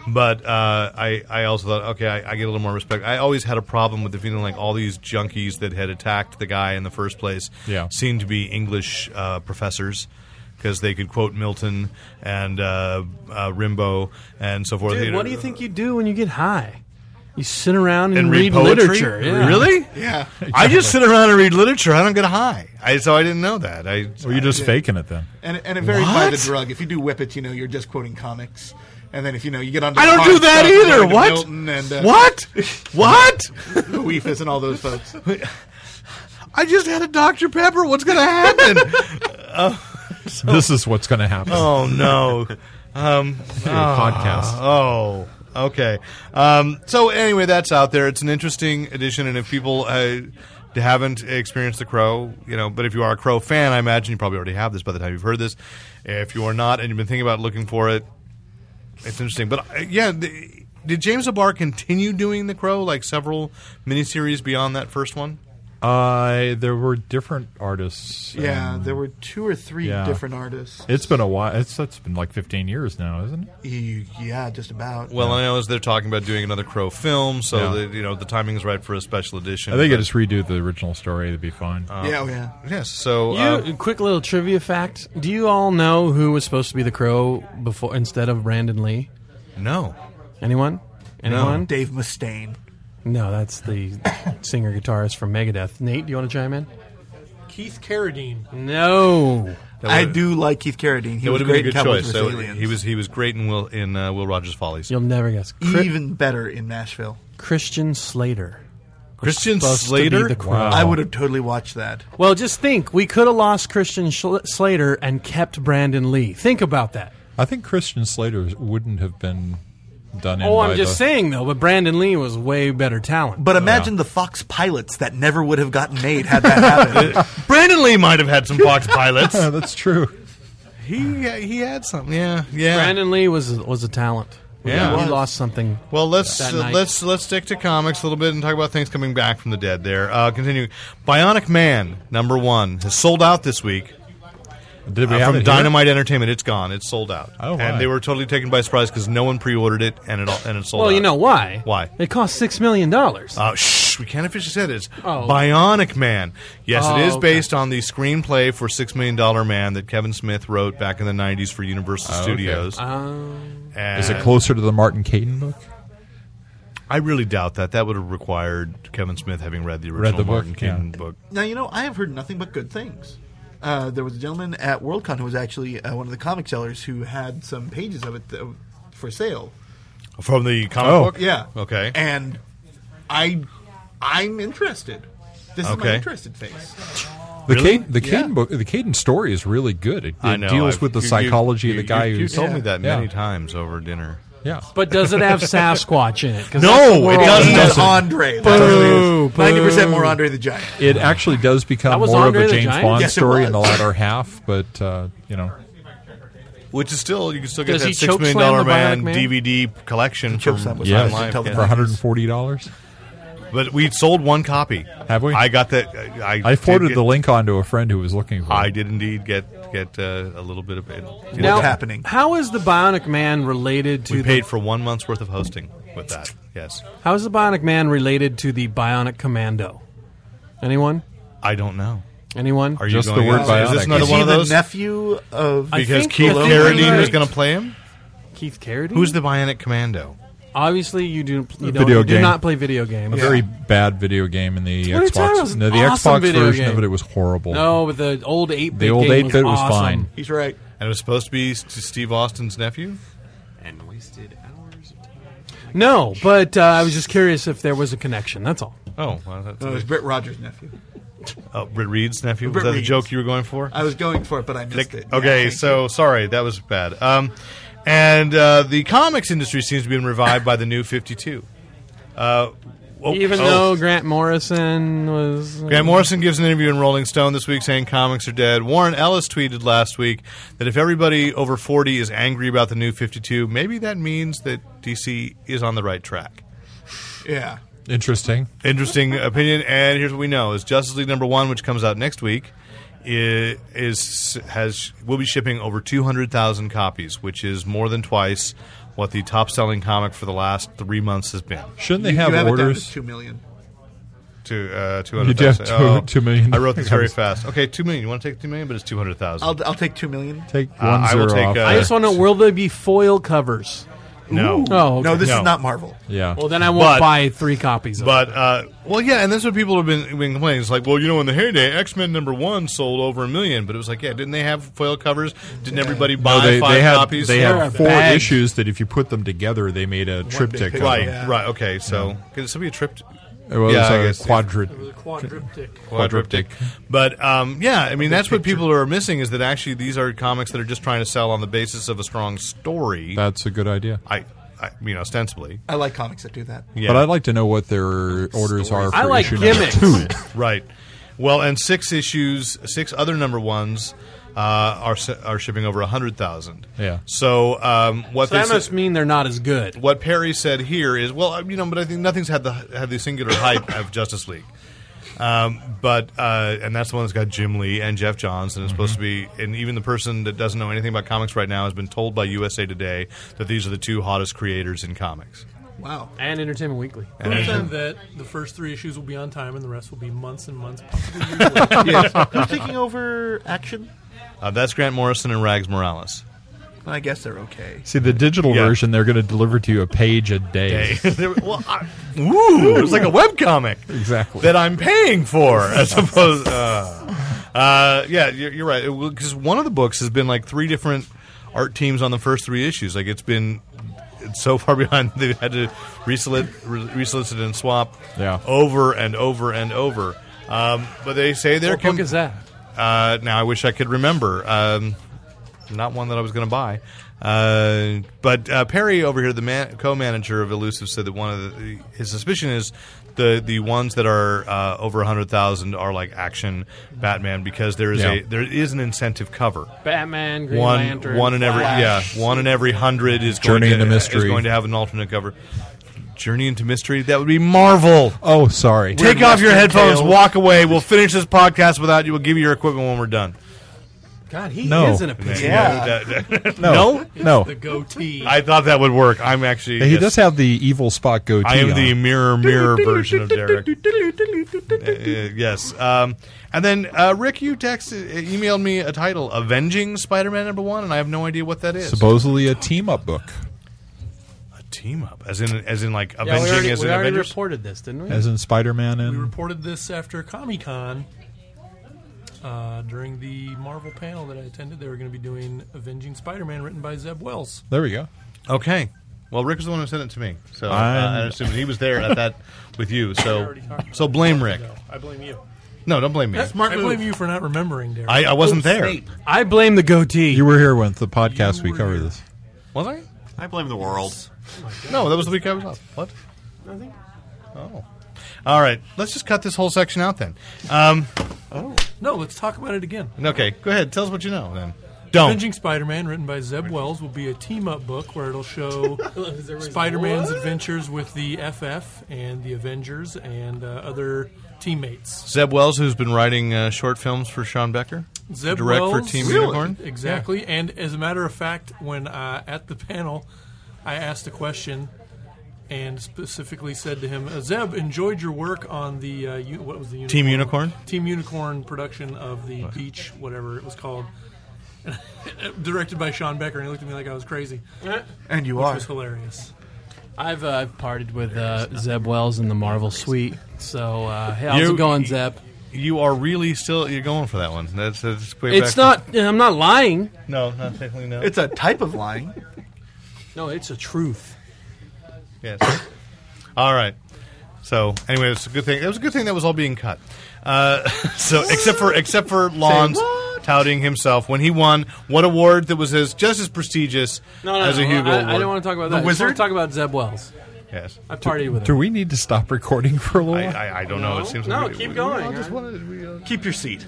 S3: But uh, I I also thought, okay, I, I get a little more respect. I always had a problem with the feeling like all these junkies that had attacked the guy in the first place
S4: Yeah.
S3: seemed to be English uh, professors. Because they could quote Milton and uh, uh, Rimbaud and so forth.
S8: Dude, what do you think you do when you get high? You sit around and,
S3: And read poetry?
S8: literature. yeah.
S3: Really?
S6: Yeah.
S3: I just sit around and read literature. I don't get high. I, so I didn't know that. I
S4: Were you just faking it then?
S6: And, and it varies by the
S3: What?
S6: drug. If you do Whippets, you know, you're just quoting comics. And then if you know, you get on.
S3: I don't do that either. What?
S6: Milton and, uh,
S3: what? what?
S6: Weefus and all those folks.
S3: I just had a Dr. Pepper. What's going to happen?
S4: This is what's going to happen.
S3: oh, no. Um,
S4: to your podcast.
S3: Oh, okay. Um, so anyway, that's out there. It's an interesting edition, and if people uh, haven't experienced the Crow, you know, but if you are a Crow fan, I imagine you probably already have this by the time you've heard this. If you are not, and you've been thinking about looking for it, it's interesting. But uh, yeah. The, did James Abar continue doing The Crow like several miniseries beyond that first one?
S4: Uh, there were different artists.
S6: Yeah,
S4: and
S6: there were two or three
S4: Yeah.
S6: different artists.
S4: It's been a while. It's, it's been like 15 years now, isn't it?
S6: You- yeah, just about.
S3: Well, I know is they're talking about doing another Crow film, so
S4: Yeah.
S3: the, you know the timing is right for a special edition.
S4: I think I just redo the original story. It'd be fine.
S6: yeah, oh, yeah.
S3: yes. So
S8: You,
S3: uh,
S8: quick little trivia fact. Do you all know who was supposed to be the crow before instead of Brandon Lee?
S3: no,
S8: Anyone?
S3: uh,
S8: Anyone?
S6: Dave Mustaine.
S8: No, that's the singer guitarist from Megadeth. Nate, do you want to chime in?
S7: Keith Carradine.
S8: No.
S6: I do like Keith Carradine. He
S3: It
S6: was
S3: would have been a
S6: great in
S3: good
S6: Cowboys
S3: choice. So
S6: vs. Aliens.
S3: he was he was great in Will in uh, Will Rogers Follies.
S8: You'll never guess. Chri-
S6: even better in Nashville.
S8: Christian Slater.
S3: Christian
S8: supposed to be
S3: Slater.
S8: the Crow.
S6: I would have totally watched that.
S8: Well, just think. We could have lost Christian Schl Slater and kept Brandon Lee. Think about that.
S4: I think Christian Slater wouldn't have been done. In
S8: Oh,
S4: by
S8: I'm just
S4: the-
S8: saying, though, but Brandon Lee was way better
S3: Oh,
S8: talent.
S6: But imagine the Fox pilots that never would have gotten made had that happened.
S3: Brandon Lee might have had some Fox pilots.
S4: Yeah, that's true.
S3: he he had some. Yeah, yeah.
S8: Brandon Lee was, was a talent.
S3: Yeah.
S8: He lost something.
S3: Well, let's
S8: That
S3: uh,
S8: night.
S3: let's let's stick to comics a little bit and talk about things coming back from the dead. There, uh, continuing. Bionic Man number one has sold out this week.
S4: Did we
S3: Uh,
S4: have it
S3: from
S4: here?
S3: Dynamite Entertainment. It's gone. It's sold out.
S4: Oh,
S3: and
S4: why?
S3: they were totally taken by surprise because no one pre-ordered it, and it all, and it sold out.
S8: Well, you know why?
S3: Why?
S8: It cost six million dollars.
S3: Uh, shh, we can't officially say this.
S8: Oh.
S3: Bionic Man. Yes,
S8: Oh,
S3: it is
S8: okay.
S3: based on the screenplay for Six Million Dollar Man that Kevin Smith wrote back in the '90s for Universal Studios.
S8: Oh.
S3: And
S4: Oh, Is it closer to the Martin Caton book?
S3: I really doubt that. That would have required Kevin Smith having read the original
S4: the book,
S3: Martin Keaton
S4: yeah.
S3: book.
S6: Now you know I have heard nothing but good things. Uh, there was a gentleman at Worldcon who was actually uh, one of the comic sellers who had some pages of it th- for sale.
S3: from the comic
S4: Oh.
S3: book.
S6: Yeah.
S3: Okay.
S6: And I, I'm interested. This is
S3: Okay.
S6: my interested face.
S4: The
S3: Really?
S4: Caden, the
S6: Yeah.
S4: Caden book, the Caden story is really good. It, it
S3: I know.
S4: deals
S3: I've-
S4: with the
S3: you- you-
S4: psychology
S3: you-
S4: of the guy
S3: You, you
S4: who's
S3: told me that many
S4: Yeah.
S3: times over dinner.
S4: yeah.
S8: but does it have Sasquatch in it? 'Cause
S3: No,
S8: that's the
S3: it
S8: world-
S3: doesn't.
S6: And
S3: Doesn't.
S6: Andre.
S8: Boo,
S6: Ninety percent more
S8: boo.
S6: Andre the Giant.
S4: It actually does
S8: That
S4: become
S8: was
S4: more
S8: Andre
S4: of
S8: the
S4: a James
S8: Giant?
S4: Bond
S6: Yes, it
S4: story in the
S6: was.
S4: latter half, but uh, you know,
S3: Which is still you can still get
S8: Does
S3: that
S8: he
S3: six million
S8: chokeslam
S3: dollar
S8: the Bionic
S3: man,
S8: Man?
S3: DVD collection from
S6: chokeslam was
S4: yeah,
S3: Time
S6: Yes.
S3: Life.
S6: Until the
S4: for one
S3: Yeah.
S4: hundred and forty dollars.
S3: But we sold one copy.
S4: Have we?
S3: I got that. I,
S4: I
S3: did
S4: forwarded
S3: get-
S4: the link on to a friend who was looking for.
S3: I
S4: it.
S3: did indeed get get uh, a little bit of it.
S8: Now,
S6: happening?
S8: How is the Bionic Man related to
S3: we
S8: the?
S3: paid for one month's worth of hosting with that. Yes,
S8: How is the Bionic Man related to the Bionic Commando? Anyone?
S3: I don't know.
S8: Anyone?
S3: Are you
S4: Just the
S3: going
S4: word
S3: out? Is
S4: bionic.
S3: this another
S6: Is
S3: one
S6: he
S3: of
S6: the
S3: those?
S6: nephew of?
S8: I
S3: because
S8: think-
S3: Keith
S8: I think you're
S3: Carradine is
S8: right.
S3: going to play him.
S8: Keith Carradine?
S3: Who's the Bionic Commando?
S8: Obviously, you do. You don't,
S4: Video
S8: you do
S4: game.
S8: not play video games.
S4: a very bad video game in the
S8: What are you talking about? It was
S4: Xbox.
S8: an
S4: No, the
S8: awesome
S4: Xbox
S8: video
S4: version
S8: game.
S4: of it, it was horrible.
S8: No, but the old eight.
S4: the old eight bit was
S8: awesome.
S4: fine.
S6: He's right.
S3: And it was supposed to be S- Steve Austin's nephew.
S5: And wasted hours of time.
S8: No, but uh, I was just curious if there was a connection. That's all.
S3: Oh, well, that's
S6: No,
S8: Uh,
S6: it was Britt Rogers' nephew.
S3: Oh, Britt Reed's nephew? Was
S6: Britt
S3: that the
S6: Reed's.
S3: joke you were going for?
S6: I was going for it, but I missed
S3: Click.
S6: it.
S3: okay,
S6: Yeah,
S3: so sorry, that was bad. Um, and uh, the comics industry seems to be revived by the new 52. Uh, oh,
S8: Even
S3: oh.
S8: though Grant Morrison was.
S3: Grant Morrison gives an interview in Rolling Stone this week saying comics are dead. Warren Ellis tweeted last week that if everybody over 40 is angry about the new 52, maybe that means that DC is on the right track.
S6: yeah.
S4: Interesting.
S3: Interesting opinion. And here's what we know: is Justice League number one, which comes out next week, is, is has will be shipping over 200,000 copies, which is more than twice what the top-selling comic for the last three months has been.
S4: Shouldn't they
S6: You-
S4: have,
S6: you have it down to
S4: orders?
S6: two million.
S3: To uh,
S4: You do have
S3: 200,000.
S4: two- two million.
S3: I wrote this very fast. Okay, two million. You want to take two million, but it's 200,000.
S6: I'll, I'll take two million.
S4: Take
S3: Uh,
S4: one
S3: I
S4: zero
S3: will take,
S4: off.
S3: uh,
S8: I just want to know will there be foil covers?
S3: no.
S8: Oh, okay.
S6: No, this
S3: No.
S6: is not Marvel.
S4: yeah.
S8: Well, then I won't
S3: But-
S8: buy three copies of
S3: But uh, well, yeah, and that's what people have been been complaining. It's like, well, you know, in the heyday, X Men number one sold over a million, but it was like, yeah, didn't they have foil covers? Didn't everybody buy
S4: No, they,
S3: five
S4: they had,
S3: copies?
S4: They
S8: They're a
S4: had four
S8: bag.
S4: issues that if you put them together, they made a triptych.
S6: picture.
S4: of
S3: right,
S4: them.
S3: right, okay. So could it be a triptych?
S4: Well,
S3: Yeah, I
S4: it's
S3: guess.
S4: a quadrat.
S7: The quadriptic.
S3: Quadriptic, but um, yeah, I mean that's what people are missing is that actually these are comics that are just trying to sell on the basis of a strong story.
S4: That's a good idea.
S3: I, I mean, ostensibly,
S6: I like comics that do that.
S3: yeah,
S4: But I'd like to know what their orders are for
S8: I like
S4: issue number
S8: gimmicks.
S4: two.
S3: Right. Well, and six issues, six other number ones uh, are s- are shipping over hundred thousand.
S4: Yeah.
S3: So um, what
S8: So that
S3: this-
S8: must mean they're not as good.
S3: what Perry said here is well, uh, you know, but I think nothing's had the had the singular hype of Justice League. Um, but uh, and that's the one that's got Jim Lee and Jeff Johns, and it's supposed to be. And even the person that doesn't know anything about comics right now has been told by USA Today that these are the two hottest creators in comics.
S6: Wow.
S8: And Entertainment Weekly.
S7: Other than that the first three issues will be on time and the rest will be months and months, possibly years later.
S6: Who's taking over action?
S3: Uh, that's Grant Morrison and Rags Morales.
S6: I guess they're okay.
S4: See, the digital
S3: Yeah.
S4: version, they're going to deliver to you a page a day.
S3: They were- well, I, ooh, it's like a webcomic.
S4: Exactly.
S3: That I'm paying for, as opposed. Uh, uh, yeah, you're, you're right. Because one of the books has been like three different art teams on the first three issues. Like it's been it's so far behind, they've had to resolicit, re- resolicit and swap
S4: Yeah.
S3: over and over and over. Um, but they say they're.
S8: What book is that?
S3: Uh, now I wish I could remember. Um, not one that I was going to buy. Uh, but uh, Perry over here, the man, co-manager of Elusive, said that one of the, his suspicion is the the ones that are uh, over hundred thousand are like action Batman because there is
S4: Yeah.
S3: a there is an incentive cover.
S8: Batman, Green
S3: one
S8: Lantern.
S3: one in every
S6: Flash.
S3: yeah one in every hundred is
S4: Journey
S3: going to,
S4: into Mystery.
S3: is going to have an alternate cover. Journey into Mystery that would be Marvel.
S4: oh, sorry.
S3: Take off your
S6: Western
S3: headphones,
S6: tales.
S3: walk away. We'll finish this podcast without you. We'll give you your equipment when we're done.
S8: God, he
S4: No.
S8: is in a pig.
S4: No, no.
S7: The goatee.
S3: I thought that would work. I'm actually.
S4: He
S3: yes.
S4: does have the evil spot goatee.
S3: I am
S4: on.
S3: the mirror mirror version of Derek. Uh, yes. Um, and then uh, Rick, you texted, uh, emailed me a title, "Avenging Spider-Man Number One," and I have no idea what that is.
S4: supposedly a team up book,
S3: a team up, as in as in like
S8: Yeah, we
S3: avenging
S8: already,
S3: as
S8: we
S3: in
S8: already
S3: Avengers.
S8: reported this, didn't we?
S4: as in Spider Man
S7: We
S4: and
S7: reported this after Comic Con. Uh, during the Marvel panel that I attended, they were going to be doing Avenging Spider-Man, written by Zeb Wells.
S4: there we go.
S3: Okay. Well, Rick was the one who sent it to me, so uh,
S4: I'm-
S3: I assume he was there at that with you. So
S7: already talked
S3: so blame Rick.
S7: No, I blame you.
S3: No, don't blame me.
S7: I blame you for not remembering, Derek.
S3: I, I wasn't there.
S8: I blame the goatee.
S4: You were here with the podcast. We
S7: were
S4: covered
S7: here.
S4: this.
S3: Was I?
S5: I blame the world.
S3: No, that was the week I was off. What? Nothing. Oh. All right. Let's just cut this whole section out then. Um,
S7: no, let's talk about it again.
S3: okay. Go ahead. Tell us what you know then. Don't.
S7: Avenging Spider-Man, written by Zeb Wells, will be a team-up book where it'll show Spider-Man's adventures with the FF and the Avengers and uh, other teammates.
S3: Zeb Wells, who's been writing uh, short films for Sean Becker,
S7: Zeb
S3: direct
S7: Wells,
S3: for Team
S7: Really?
S3: Unicorn.
S7: exactly. And as a matter of fact, when uh, at the panel, I asked a question and specifically said to him, uh, "Zeb, enjoyed your work on the uh, u- what was the unicorn?
S3: Team Unicorn?
S7: Team Unicorn production of the Beach, whatever it was called." Directed by Sean Becker, and he looked at me like I was crazy.
S8: Eh.
S6: And you
S7: Which
S6: are.
S7: was hilarious.
S8: I've uh, partied with uh, Zeb Wells in the Marvel suite. So, uh, hey, how's
S3: You-
S8: it going, Zeb?
S3: You are really still you're going for that one. That's, that's way
S8: It's
S3: back
S8: not. I'm not lying.
S3: to- no, not technically no.
S6: It's a type of lying.
S8: No, it's a truth.
S3: Yes. all right. So anyway, it's a good thing. It was a good thing that was all being cut. Uh, so except for except for Lons touting himself when he won what award that was as just as prestigious
S8: No, no,
S3: as a
S8: no,
S3: Hugo
S8: I,
S3: award.
S8: I don't want to talk about that. I just
S6: Wizard?
S8: want to talk about Zeb Wells.
S3: Yes.
S8: I partied with
S4: Do
S8: him.
S4: we need to stop recording for a little?
S3: I,
S4: while?
S3: I, I don't know. It seems
S8: No,
S3: we-
S8: keep
S3: we-
S8: going.
S3: We just wanted, we, uh,
S6: Keep your seat.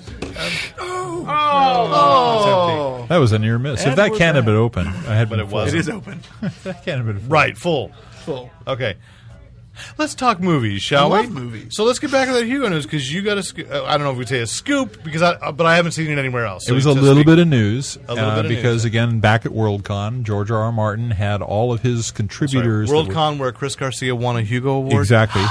S3: oh,
S4: that was a near miss. if that can have been open, I had
S3: But
S4: been
S3: it
S4: full.
S3: wasn't.
S6: It is open.
S4: That can have been full.
S3: right, full.
S6: Full.
S3: Okay. Let's talk movies, shall
S6: I
S3: we?
S6: love movies.
S3: So let's get back to that Hugo news because you got a. sc- uh, I don't know if we say a scoop because I, uh, but I haven't seen it anywhere else.
S4: It
S3: So
S4: was
S3: you
S4: a
S3: just
S4: little
S3: speak-
S4: bit of news
S3: A little
S4: uh,
S3: bit of news.
S4: because, again, back at WorldCon, George R. R. Martin had all of his
S3: Sorry,
S4: contributors. that were-
S3: WorldCon where Chris Garcia won a Hugo Award.
S4: exactly,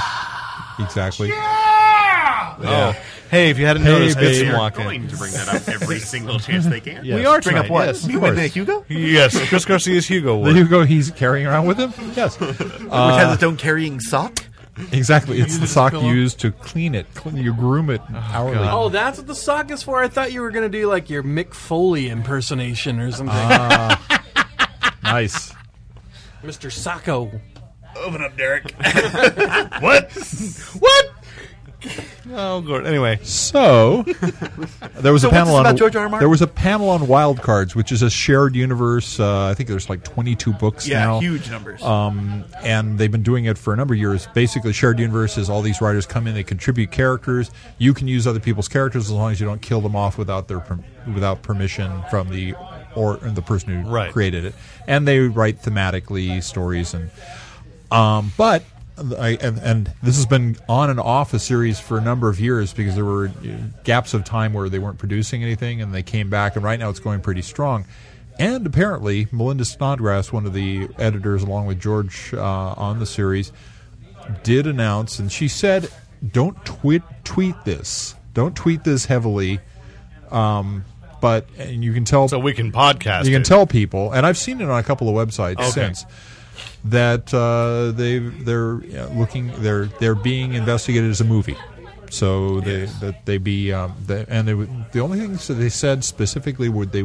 S4: exactly.
S3: Oh. Hey, if you hadn't
S4: Hey,
S3: noticed,
S4: babe.
S3: Goodson walked
S5: Going
S3: in.
S5: to bring that up every single chance they can.
S3: We are trying
S6: Bring up what?
S3: Yes,
S6: You and uh, Hugo? Which
S3: yes. Chris Garcia's Hugo
S4: The
S3: Award.
S4: Hugo he's carrying around with him. Yes,
S6: has its own carrying sock?
S4: exactly. It's the
S7: his
S4: sock
S7: pillow?
S4: used to clean it. Clean, you groom it hourly.
S8: Oh, that's what the sock is for. I thought you were going to do like your Mick Foley impersonation or something,
S3: Uh-huh.
S4: nice.
S8: Mr. Sacco.
S5: Open up, Derek.
S3: what? what? Oh, Gord. Anyway,
S4: So there was a
S6: what's
S4: panel
S6: this
S4: on
S6: about George R. R. Martin?
S4: there was a panel on Wild Cards, which is a shared universe. Uh, I think there's like 22 books
S6: Yeah,
S3: Oh.
S4: now.
S6: huge numbers.
S4: um, and they've been doing it for a number of years. Basically, shared universe is all these writers come in, they contribute characters. You can use other people's characters as long as you don't kill them off without their per- without permission from the or the person who
S3: Right.
S4: created it. And they write thematically stories and um, but I, and, and this has been on and off a series for a number of years because there were uh, gaps of time where they weren't producing anything, and they came back, and right now it's going pretty strong. And apparently, Melinda Snodgrass, one of the editors, along with George uh, on the series, did announce, and she said, "Don't tweet tweet this. Don't tweet this heavily." Um, but and you can tell
S3: so we can podcast.
S4: you can
S3: it.
S4: tell people, and I've seen it on a couple of websites
S3: Okay.
S4: since that uh, they they're you know, looking they're they're being investigated as a movie. So they that they be um, they, and they would- the only things that they said specifically would they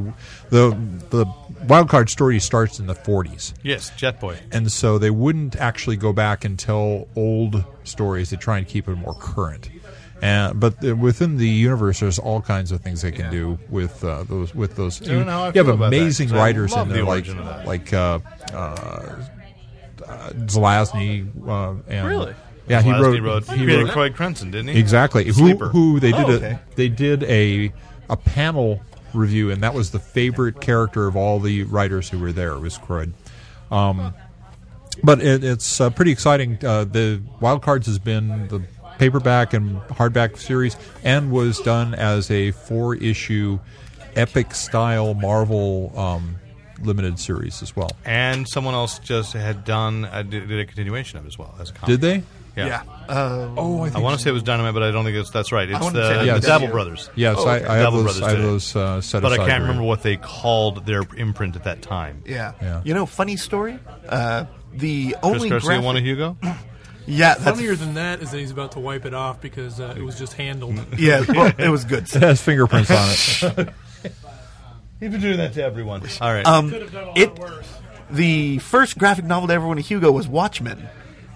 S4: the the wild card story starts in the 40s
S3: Yes, Jet Boy.
S4: and so they wouldn't actually go back and tell old stories to try and keep it more current. And, but uh, within the universe, there's all kinds of things they can do with uh, those. With those,
S3: don't know how I
S4: you have
S3: feel about that,
S4: amazing
S3: 'cause I
S4: writers
S3: love
S4: in
S3: the
S4: there, like
S3: origin of that.
S4: like uh, uh, Zelazny. Uh, and,
S8: Really?
S4: Yeah, he
S3: He
S4: wrote.
S3: wrote.
S4: he
S3: created
S4: wrote-
S3: Craig Crenson, didn't he?
S4: Exactly. Who,
S3: Sleeper.
S4: who they did
S6: Oh,
S4: a
S6: okay.
S4: they did a a panel review, and that was the favorite character of all the writers who were there. Was Croyd. Um, but it, it's uh, pretty exciting. Uh, the Wild Cards has been the paperback and hardback series, and was done as a four issue epic style Marvel um, limited series as well.
S3: and someone else just had done a, did did a continuation of it as well as a comic.
S4: Did they?
S3: Yeah.
S6: Uh,
S4: Oh,
S3: I want to say it was Dynamite, but I don't think it's, that's right. It's
S6: wanna
S3: the,
S6: say
S3: the
S4: Yeah, it's-
S3: Dabble Brothers.
S4: Yes,
S6: Oh, okay.
S4: I, I have
S3: Devil
S4: those.
S3: Brothers
S4: I have
S3: did it.
S4: those uh, set
S3: But I
S4: aside
S3: can't
S4: here.
S3: remember what they called their imprint at that time.
S6: yeah.
S4: Yeah.
S6: You know, funny story. Uh, the
S3: Chris
S6: only
S3: Garcia
S6: graphic-
S3: won a Hugo.
S6: Yeah, that's
S7: Funnier than that is that he's about to wipe it off because uh, it was just handled.
S3: Mm.
S6: yeah. Well, it was good.
S4: It has fingerprints on it.
S3: He's been doing that to everyone. All right.
S6: Um, it the first graphic novel to ever win a Hugo was Watchmen.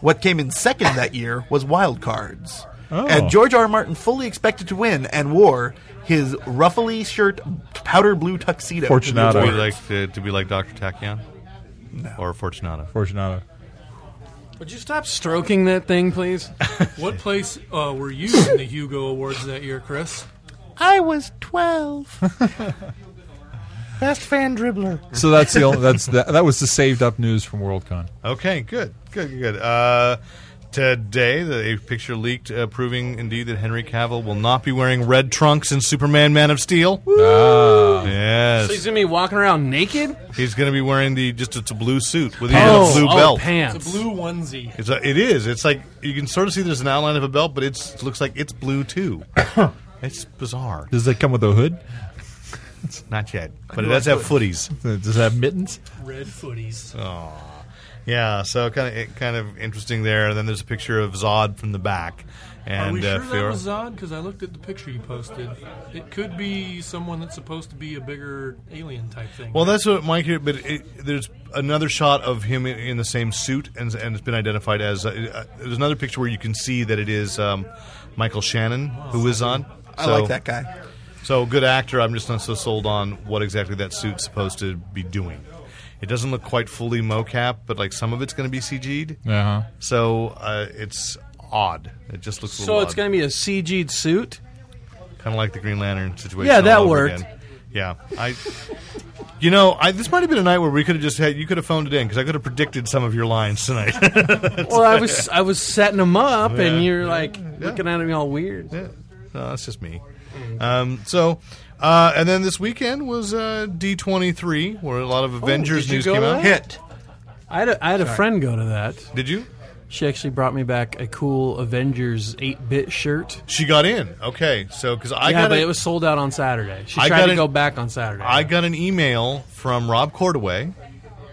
S6: What came in second that year was Wild Cards.
S4: Oh.
S6: And George R. R. Martin fully expected to win and wore his ruffly shirt, powder blue tuxedo.
S4: Fortunato.
S3: to be
S4: Word.
S3: like to, to be like Doctor Tachyon or Fortunato.
S4: Fortunato.
S8: Would you stop stroking that thing, please?
S7: What place uh, were you in the Hugo Awards that year, Chris?
S6: I was 12. Best fan dribbler.
S4: So that's the only, that's the, that was the saved up news from Worldcon.
S3: Okay, good, good, good, good. Uh, today, the, a picture leaked uh, proving indeed that Henry Cavill will not be wearing red trunks in Superman: Man of Steel.
S4: Ah.
S8: So he's
S3: Yes,
S8: gonna be walking around naked?
S3: he's going to be wearing the just it's a blue suit with even a blue
S8: oh,
S3: belt.
S8: pants.
S7: It's a blue onesie.
S3: It's a, it is. It's like you can sort of see there's an outline of a belt, but it's, it looks like it's blue too. it's bizarre.
S4: Does that come with a hood?
S3: Not yet, but it does have footies.
S4: Does it have mittens?
S7: Red footies.
S3: Oh, Yeah, so kind of kind of interesting there. And then there's a picture of Zod from the back, and
S7: Are we
S3: uh,
S7: sure that
S3: Fiora-
S7: was Zod? Because I looked at the picture you posted. It could be someone that's supposed to be a bigger alien type thing.
S3: Well, that's what Mike. here- But it, there's another shot of him in, in the same suit, and, and it's been identified as. Uh, uh, there's another picture where you can see that it is um, Michael Shannon who is on.
S6: I
S3: So-
S6: like that guy.
S3: So good actor. I'm just not so sold on what exactly that suit's supposed to be doing. It doesn't look quite fully mocap, but like some of it's going to be CG'd.
S4: Uh-huh.
S3: So uh, it's odd. It just looks. A
S8: so it's gonna be a CG'd suit?
S3: kind of like the Green Lantern situation.
S8: Yeah, that
S3: all over
S8: worked.
S3: again. Yeah, I. You know, I, this might have been a night where we could have just had you could have phoned it in because I could have predicted some of your lines tonight.
S8: Well, I was I was setting them up, and you're like looking at me all weird.
S3: Yeah. No, that's just me. Um, so, uh, and then this weekend was uh, D twenty three, where a lot of Avengers
S8: Oh, did you
S3: news
S8: go
S3: came
S8: to
S3: out.
S8: that?
S6: Hit.
S8: I had a, I had a friend go to that.
S3: Did you?
S8: She actually brought me back a cool Avengers eight bit shirt.
S3: She got in. Okay, so because I
S8: yeah,
S3: got
S8: but
S3: a-
S8: it was sold out on Saturday. She
S3: I
S8: tried
S3: got
S8: to
S3: an-
S8: go back on Saturday.
S3: I got an email from Rob Cordaway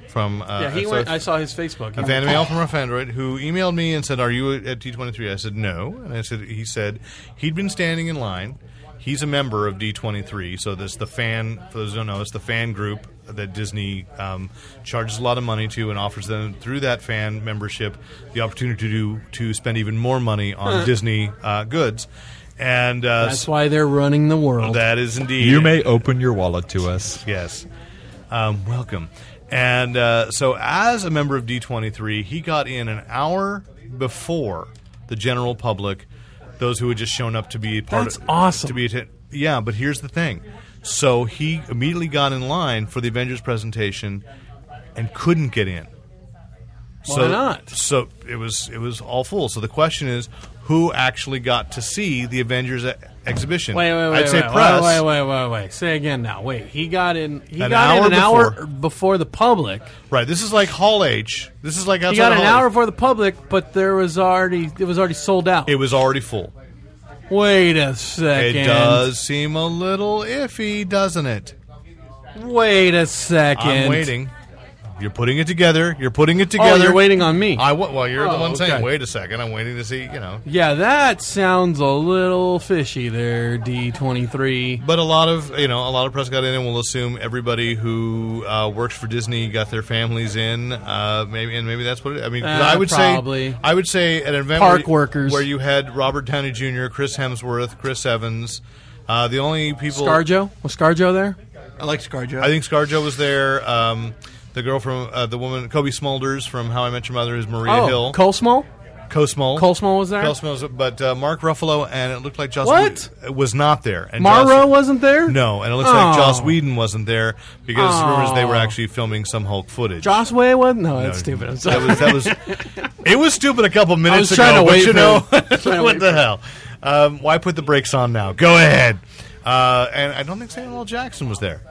S3: from uh,
S8: yeah, he
S3: so
S8: went. I saw his Facebook.
S3: a fan mail from a Fandroid who emailed me and said, "Are you at D23?" I said, "No," and I said, "He said he'd been standing in line. He's a member of D23, so this the fan. For those who don't know, it's the fan group that Disney um, charges a lot of money to and offers them through that fan membership the opportunity to do to spend even more money on Disney uh, goods." And uh,
S8: That's why they're running the world.
S3: that is indeed
S4: You may open your wallet to us.
S3: Yes. Um, welcome. And uh, so, as a member of D23, he got in an hour before the general public, those who had just shown up to be part
S8: That's
S3: of.
S8: awesome.
S3: To be atten- yeah, but here's the thing. So he immediately got in line for the Avengers presentation and couldn't get in.
S8: Why
S3: so,
S8: not?
S3: So it was it was all full. So the question is, who actually got to see the Avengers e- exhibition?
S8: Wait, wait, wait,
S3: I'd say
S8: wait,
S3: press.
S8: wait, wait, wait, wait, wait. Say again now. Wait, he got in. He
S3: An
S8: got in
S3: hour
S8: an hour
S3: before.
S8: before the public.
S3: Right. This is like Hall H. This is like outside
S8: He got
S3: of
S8: an
S3: Hall
S8: hour
S3: H.
S8: before the public, but there was already it was already sold out.
S3: It was already full.
S8: Wait a second.
S3: It does seem a little iffy, doesn't it?
S8: Wait a second.
S3: I'm waiting. You're putting it together. You're putting it
S8: Oh,
S3: together.
S8: you're waiting on me.
S3: I wa- well, you're the
S8: Oh,
S3: one saying,
S8: okay.
S3: "Wait a second, I'm waiting to see." You know,
S8: yeah, that sounds a little fishy there, D23.
S3: but a lot of you know, a lot of press got in, and we'll assume everybody who uh, works for Disney got their families in. Uh, maybe and maybe that's what it, I mean. 'cause
S8: Uh,
S3: I would
S8: probably.
S3: say, I would say, an event
S8: Park
S3: where you,
S8: workers.
S3: where you had Robert Downey Jr., Chris Hemsworth, Chris Evans. Uh, the only people
S8: Scarjo? Was Scarjo there?
S6: I like ScarJo.
S3: I think ScarJo was there. Um, the girl from uh, the woman Kobe Smulders from How I Met Your Mother is Maria
S8: oh,
S3: Hill.
S8: Cole Small?
S3: Cole Small.
S8: Cole Small was there?
S3: Cole Small was- but uh, Mark Ruffalo and it looked like Joss
S8: What?
S3: Whe- was not there. And
S8: Mara
S3: Joss-
S8: wasn't there?
S3: No, and it looks
S8: Oh.
S3: like Joss Whedon wasn't there because
S8: Oh.
S3: rumors they were actually filming some Hulk footage.
S8: Joss Way wasn't? No, that's
S3: No,
S8: stupid. I'm sorry.
S3: That was, that was, it was stupid a couple minutes
S8: was
S3: ago,
S8: trying to
S3: but
S8: wait
S3: you
S8: for-
S3: know,
S8: trying to
S3: what
S8: wait
S3: the hell? Um, why put the brakes on now? Go ahead. Uh, and I don't think Samuel L. Jackson was there.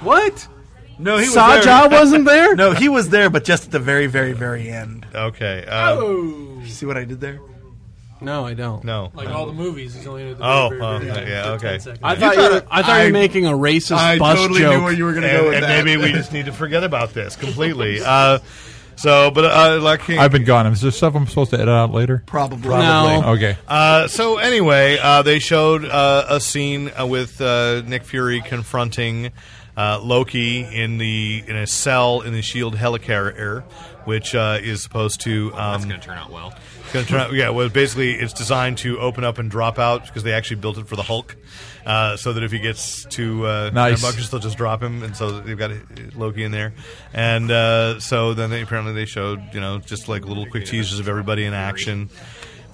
S2: What?
S6: No, he was
S2: Saja
S6: there.
S2: wasn't there?
S6: No, he was there, but just at the very, very, very end.
S3: Okay. Uh,
S8: Oh.
S6: You see what I did there?
S8: No, I don't.
S3: no.
S7: Like all the movies, he's only in it at the
S3: Oh,
S7: very,
S3: oh,
S7: very, very,
S3: yeah,
S7: end,
S3: okay.
S7: 10 seconds.
S8: I thought you,
S6: thought
S8: were, I thought you
S6: I-
S8: were making a racist
S6: I
S8: bus
S6: totally
S8: joke.
S6: knew where you were going to
S3: and,
S6: go with
S3: and
S6: that.
S3: maybe we just need to forget about this completely. Uh, so, but uh, like,
S4: I've been gone. Is there stuff I'm supposed to edit out later?
S6: probably.
S8: No.
S4: Okay.
S3: Uh, so anyway, uh, they showed uh, a scene uh, with uh, Nick Fury confronting uh, Loki in the in a cell in the Shield E helicarrier, which uh, is supposed to um,
S5: That's going to turn out well.
S3: Gonna turn out, yeah, well, basically, it's designed to open up and drop out because they actually built it for the Hulk, uh, so that if he gets to uh,
S4: Nice.
S3: rambunctious, they'll just drop him, and so they've got uh, Loki in there, and uh, so then they, apparently they showed you know just like little quick teasers of everybody in action.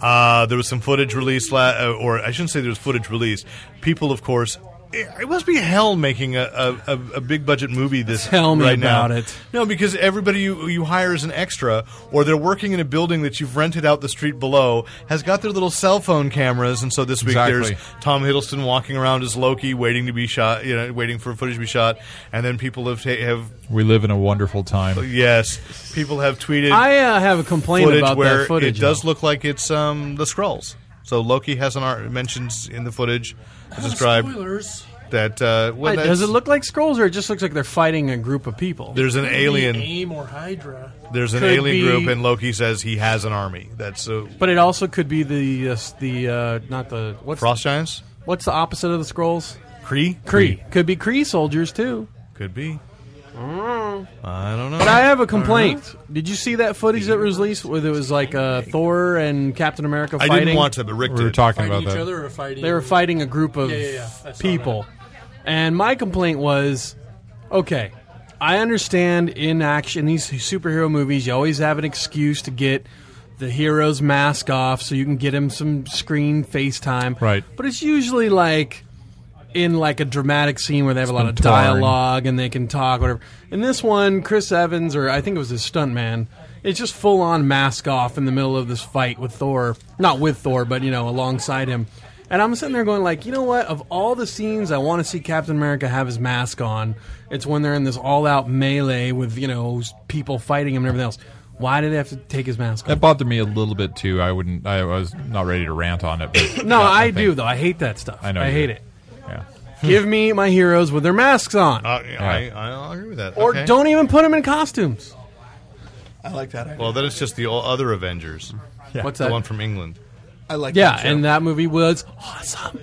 S3: Uh, there was some footage released, la- uh, or I shouldn't say there was footage released. People, of course. It it must be hell making a, a, a- a big budget movie this
S8: Tell me
S3: right now.
S8: about it.
S3: No, because everybody you, you hire as an extra, or they're working in a building that you've rented out the street below, has got their little cell phone cameras, and so this week
S4: Exactly.
S3: there's Tom Hiddleston walking around as Loki, waiting to be shot, you know, waiting for footage to be shot, and then people have ta- have
S4: We live in a wonderful time.
S3: yes, people have tweeted
S8: I uh, have a complaint
S3: footage
S8: about
S3: where
S8: that footage.
S3: it does
S8: though.
S3: look like it's um, the Skrulls. So Loki has an art mentions in the footage described
S7: Spoilers.
S3: that uh,
S8: Wait,
S3: well, that's-
S8: does it look like scrolls, or it just looks like they're fighting a group of people?
S3: there's an alien.
S7: AIM or Hydra.
S3: There's an
S8: could
S3: alien
S8: be-
S3: group, and Loki says he has an army. That's uh,
S8: But it also could be the uh, s- the uh, not the what's
S3: Frost Giants?
S8: what's the opposite of the scrolls?
S3: Cree?
S8: Cree could be Cree soldiers too.
S3: Could be. I don't know.
S8: But I have a complaint. Did you see that footage that was released where there was like uh, Thor and Captain America
S3: I
S8: fighting?
S3: didn't want to, but Rick
S4: We were
S3: did.
S4: talking
S7: Fighting
S4: about
S7: each
S4: that.
S7: other or fighting?
S8: They were fighting a group of
S7: Yeah, yeah, yeah. I saw
S8: people. And my complaint was okay, I understand in action, these superhero movies, you always have an excuse to get the hero's mask off so you can get him some screen FaceTime.
S4: Right.
S8: But it's usually like in like a dramatic scene where they have a lot of
S4: been torn.
S8: dialogue and they can talk, whatever. In this one, Chris Evans, or I think it was his stuntman, it's just full on mask off in the middle of this fight with Thor. Not with Thor, but you know, alongside him. And I'm sitting there going like, you know what? Of all the scenes I want to see Captain America have his mask on, it's when they're in this all out melee with, you know, s- people fighting him and everything else. Why did they have to take his mask
S4: That
S8: off?
S4: bothered me a little bit too. I wouldn't. I was not ready to rant on it. But
S8: No,
S4: yeah,
S8: I,
S4: think-
S8: do though. I hate that stuff.
S4: I know.
S8: I
S4: you
S8: hate
S4: do. Hmm.
S8: it.
S4: Yeah.
S8: Give me my heroes with their masks on.
S3: Uh, yeah, I, I, I'll agree with that.
S8: or
S3: Okay.
S8: don't even put them in costumes.
S6: I like that. Idea.
S3: Well, then it's just the o- other Avengers.
S8: What's
S3: The
S8: that?
S3: one from England.
S6: I like
S8: Yeah,
S6: that. show.
S8: and that movie was awesome.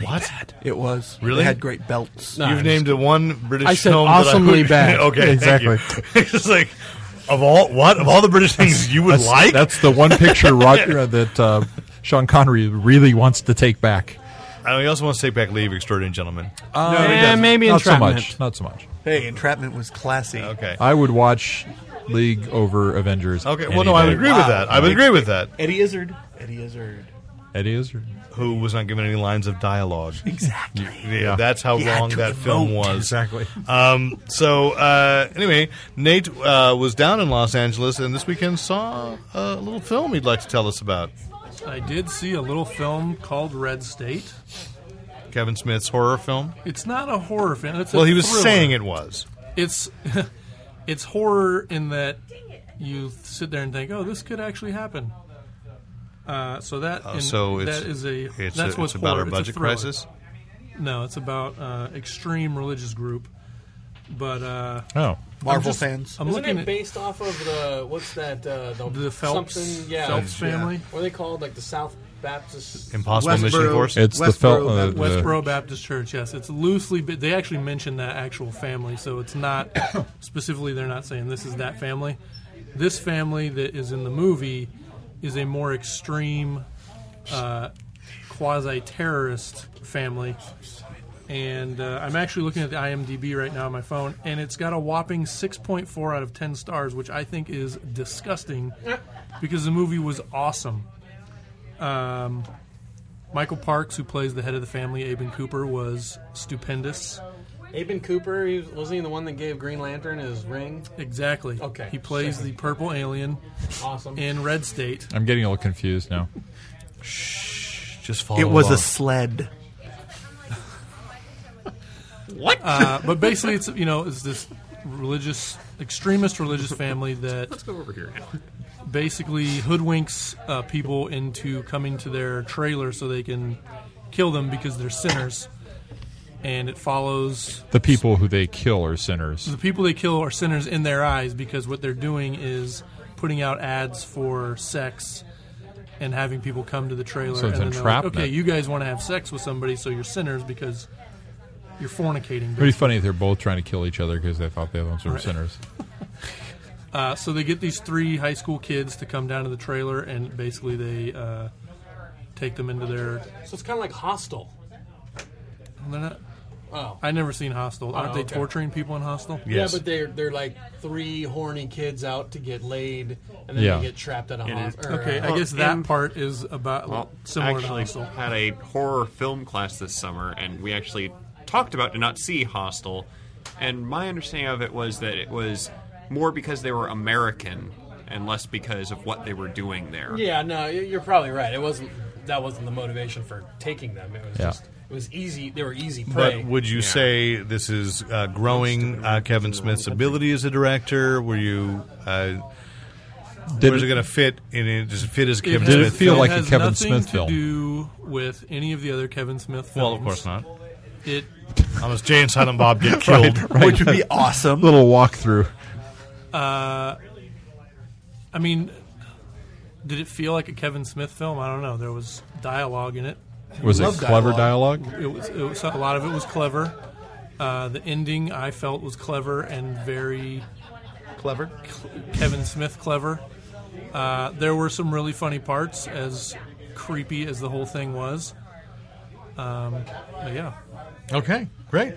S3: What?
S6: it was
S3: Really?
S6: They had great belts.
S8: No,
S3: You've
S8: I'm
S3: named the one British
S8: I said
S3: film that I
S8: awesomely
S3: would-
S8: bad.
S3: okay,
S4: Exactly.
S3: Thank you. it's just like, of all, what? Of all the British things you would
S4: That's,
S3: like?
S4: that's the one picture Roger, that uh, Sean Connery really wants to take back.
S3: I also want to take back Leave, Extraordinary Gentlemen.
S4: Uh,
S8: he Eh, doesn't. maybe
S4: not so
S8: Entrapment.
S4: much. Not so much.
S6: Hey, Entrapment was classy.
S3: Okay.
S4: I would watch League over Avengers.
S3: okay,
S4: any
S3: well, no, I
S4: day.
S3: would agree with that. I would agree with that.
S6: Eddie Izzard. Eddie Izzard.
S4: It is. or-
S3: Who was not given any lines of dialogue.
S6: Exactly.
S3: Yeah, that's how
S6: He had
S3: wrong
S6: to
S3: that film
S6: emote.
S3: was. Um, so uh, anyway, Nate uh, was down in Los Angeles, and this weekend saw a little film he'd like to tell us about.
S7: I did see a little film called Red State.
S3: Kevin Smith's horror film.
S7: It's not a horror film. It's a
S3: well, he was
S7: thriller.
S3: saying it was.
S7: It's it's horror in that you sit there and think, "Oh, this could actually happen." Uh, so that and
S3: Oh, so it's-
S7: that is a
S3: It's,
S7: that's
S3: a, it's
S7: what's
S3: about
S7: horror.
S3: our
S7: It's a
S3: budget
S7: thriller.
S3: crisis.
S7: No, it's about uh, extreme religious group. But uh,
S4: Oh,
S6: Marvel fans.
S7: I'm looking at
S8: based off of the what's that? Uh,
S7: the Phelps, Phelps family,
S8: What are they called? Like the South Baptist.
S3: Impossible Mission
S6: Westboro.
S3: Force.
S4: it's the
S6: Westboro
S4: film. Uh,
S6: Baptist-
S4: the-
S7: Westboro Baptist Church. Yes, it's loosely. But they actually mentioned that actual family, so it's not specifically. They're not saying this is that family. This family that is in the movie is a more extreme uh, quasi-terrorist family. And uh, I'm actually looking at the IMDb right now on my phone, and it's got a whopping 6.4 out of 10 stars, which I think is disgusting because the movie was awesome. Um, Michael Parks, who plays the head of the family, Aben Cooper, was stupendous.
S8: Aben Cooper he was, wasn't he the one that gave Green Lantern his ring?
S7: Exactly.
S8: Okay.
S7: He plays the purple alien
S8: Awesome.
S7: in Red State.
S4: I'm getting a little confused now.
S3: Just follow
S6: It was
S3: along.
S6: a sled.
S5: What?
S7: Uh, but basically, it's you know, it's this religious extremist religious family that
S5: Let's go over here now.
S7: basically hoodwinks uh, people into coming to their trailer so they can kill them because they're sinners. And it follows
S4: The people who they kill are sinners.
S7: the people they kill are sinners in their eyes because what they're doing is putting out ads for sex and having people come to the trailer.
S4: So it's
S7: and then they're like,
S4: entrapment.
S7: okay, you guys want to have sex with somebody, so you're sinners because you're fornicating.
S4: Pretty funny if they're both trying to kill each other because they thought the other ones were sinners.
S7: Uh, so they get these three high school kids to come down to the trailer and basically they uh, take them into their.
S8: So it's kind of like Hostel.
S7: They're not.
S8: Oh.
S7: I never seen Hostel. Aren't they
S8: okay.
S7: torturing people in Hostel?
S3: Yes.
S8: Yeah, but they're they're like three horny kids out to get laid, and then
S4: Yeah.
S8: they get trapped at a hostel.
S7: Okay, I
S5: Well,
S7: guess that
S5: and-
S7: part is about
S5: Well,
S7: similar
S5: Oh, actually,
S7: to Hostel.
S5: had a horror film class this summer, and we actually talked about did not see Hostel. And my understanding of it was that it was more because they were American and less because of what they were doing there.
S8: Yeah, no, y- you're probably right. It wasn't that wasn't the motivation for taking them. It was
S4: Yeah.
S8: just it was easy. They were easy prey.
S3: But would you say this is uh, growing uh, Kevin Smith's ability as a director? Were you uh,
S4: Did
S3: where's it
S4: it-
S3: going to fit? In it? Does it fit as a Kevin
S7: has-
S4: Did it
S3: Smith?
S4: feel
S3: film?
S4: like a
S7: has
S4: Kevin
S7: nothing
S4: Smith
S7: to
S4: film?
S7: do with any of the other Kevin Smith films.
S3: Well, of course not.
S7: It
S3: Unless Jay and Silent Bob get killed.
S6: Which would be awesome.
S4: Little walkthrough.
S7: I mean did it feel like a Kevin Smith film? I don't know. There was dialogue in it.
S4: Was it
S6: Love
S4: clever dialogue?
S6: dialogue.
S7: It was, it was a lot of it was clever. Uh, the ending I felt was clever and very
S6: Clever.
S7: Kevin Smith clever. Uh, there were some really funny parts, as creepy as the whole thing was. Um, but yeah,
S4: Okay, great.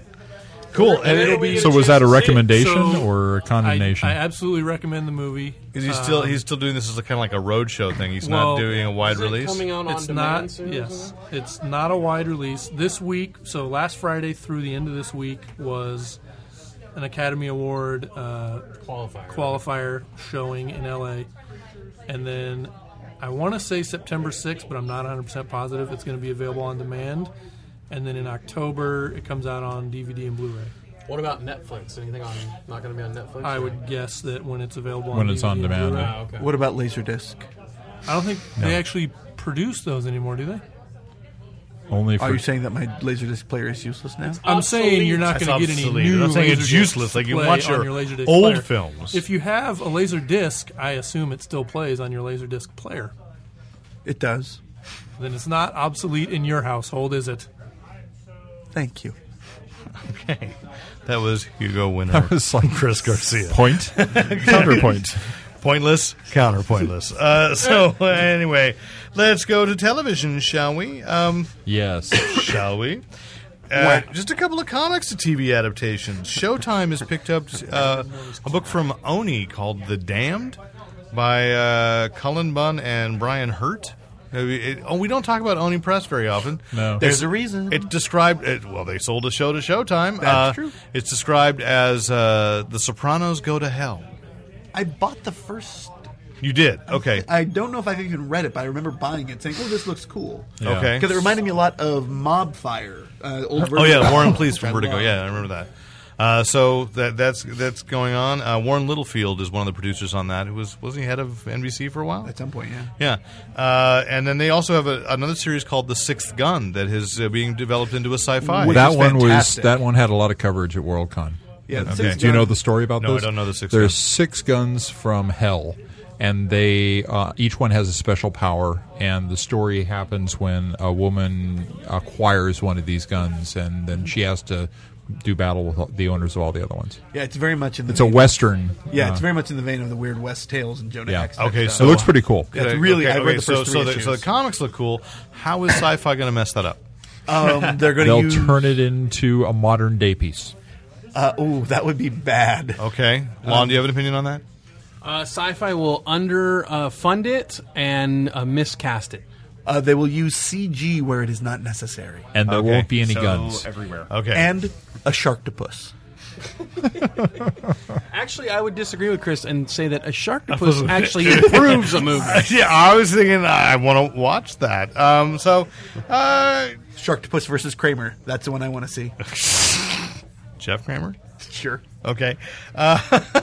S3: cool. And
S8: it'll
S3: it'll
S8: be-
S3: be.
S4: So was that a recommendation
S7: So,
S4: or a condemnation?
S7: I, I absolutely recommend the movie.
S3: Is he still? He's still doing this as a kind of like a roadshow thing. He's
S7: Well,
S3: not doing a wide
S8: Is it
S3: release.
S8: coming out on
S7: It's
S8: demand
S7: not.
S8: soon or
S7: Yes,
S8: something?
S7: it's not a wide release this week. So last Friday through the end of this week was an Academy Award uh,
S8: qualifier.
S7: qualifier showing in LA, and then I want to say September 6th, but I'm not 100 percent positive. It's going to be available on demand, and then in October it comes out on DVD and Blu-ray.
S8: what about Netflix? Anything on not going to be on Netflix?
S7: I
S8: or-
S7: would guess that when it's available
S4: When
S7: on
S4: it's
S7: DVD
S4: on
S7: and
S4: demand,
S7: Blu-ray-
S8: Oh, okay.
S6: What about Laserdisc?
S7: I don't think they actually produce those anymore, do they?
S4: Only
S6: Are
S4: for
S6: you saying that my Laserdisc player is useless now?
S7: I'm saying you're not
S3: That's
S7: going to get any
S3: obsolete.
S7: new.
S3: I'm saying it's
S7: Laserdiscs
S3: useless. Like,
S7: to
S3: you
S7: play
S3: watch
S7: on
S3: your
S7: Laserdisc
S3: old
S7: player.
S3: films.
S7: If you have a laser disc, I assume it still plays on your laser disc player.
S6: It does.
S7: Then it's not obsolete in your household, is it?
S6: Thank you.
S3: That was Hugo Winner.
S4: was like
S3: Chris Garcia.
S4: point counterpoint.
S3: Pointless, counterpointless. Uh, so uh, anyway, let's go to television, shall we? Um,
S4: Yes.
S3: shall we? Uh, just a couple of comics to TV adaptations. Showtime has picked up uh, a book from Oni called The Damned by uh, Cullen Bunn and Brian Hurt. Uh, it- oh, we don't talk about Oni Press very often.
S4: No.
S6: There's a reason.
S3: It's described. It, well, they sold a show to Showtime.
S6: That's
S3: Uh,
S6: true.
S3: It's described as uh, The Sopranos Go to Hell.
S6: I bought the first.
S3: You did okay.
S6: I don't know if I've even read it, but I remember buying it, saying, "Oh, this looks cool."
S4: Yeah.
S3: Okay.
S6: Because it reminded me a lot of Mob Fire. Uh, old
S3: Oh
S6: version.
S3: yeah, Warren Please from
S6: Which I
S3: Vertigo.
S6: love.
S3: Yeah, I remember that. Uh, so that that's that's going on. Uh, Warren Littlefield is one of the producers on that. Who was wasn't he head of NBC for a while?
S6: At some point, yeah.
S3: Yeah, uh, and then they also have a, another series called The Sixth Gun that is uh, being developed into a sci-fi.
S6: Which
S4: that
S6: is
S4: one
S6: fantastic.
S4: was that one had a lot of coverage at Worldcon.
S6: Yeah,
S4: Uh,
S6: six
S4: Do you know
S6: guns-
S4: the story about
S3: No, I
S4: those?
S3: don't know the six
S4: There's
S3: guns.
S4: six guns from hell, and they uh, each one has a special power. And the story happens when a woman acquires one of these guns, and then she has to do battle with all- the owners of all the other ones.
S6: Yeah, it's very much in the
S4: It's a
S6: vein-
S4: western.
S6: Yeah,
S4: uh,
S6: it's very much in the vein of the weird West Tales and Jonah
S4: Yeah.
S6: Hex. type
S3: Okay,
S6: stuff.
S4: it
S3: so-
S4: looks pretty cool.
S6: Yeah, it's really-
S3: Okay,
S6: I read
S3: okay,
S6: the
S3: so,
S6: first
S3: so,
S6: three
S3: the, so the
S6: issues.
S3: comics look cool. How is sci-fi going to mess that up?
S6: um, they're going
S4: They'll
S6: to use.
S4: turn it into a modern day piece.
S6: uh, oh, that would be bad.
S3: Okay,
S6: Um,
S3: Lon, do you have an opinion on that?
S8: Uh, sci-fi will under uh, fund it and uh, miscast it.
S6: Uh, they will use CG where it is not necessary,
S4: And there
S3: Okay,
S4: won't be any
S5: so
S4: guns.
S5: everywhere.
S3: Okay,
S6: and a sharktopus.
S8: Actually, I would disagree with Chris and say that a sharktopus actually improves a movie.
S3: yeah, I was thinking I want to watch that. Um, so. Uh,
S6: Sharktopus versus Kramer. That's the one I want to see.
S3: Jeff Kramer.
S5: Sure.
S3: Okay. Uh,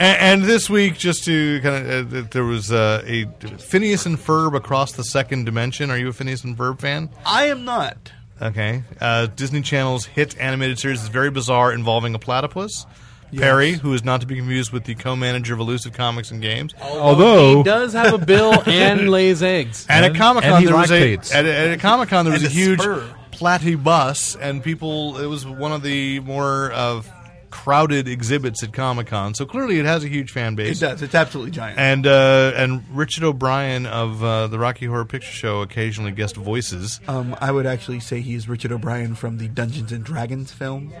S3: and, and this week, just to kind of, uh, there was uh, a Phineas and Ferb across the second dimension. Are you a Phineas and Ferb fan?
S6: I am not.
S3: Okay. Uh, Disney Channel's hit animated series is very bizarre, involving a platypus. Perry, who is not to be confused with the co-manager of Elusive Comics and Games,
S4: Although
S8: He does have a bill and lays eggs.
S3: and,
S4: And-
S3: at Comic
S4: and
S3: Con
S4: he
S3: there was a
S4: lactates.
S3: at, at a Comic Con there was a,
S6: And a
S3: huge
S6: spur.
S3: platypus, and people. It was one of the more uh, crowded exhibits at Comic Con, so clearly it has a huge fan
S6: It
S3: base.
S6: does. It's absolutely giant.
S3: And uh, and Richard O'Brien of uh, the Rocky Horror Picture Show occasionally guest voices.
S6: um, I would actually say he is Richard O'Brien from the Dungeons and Dragons film.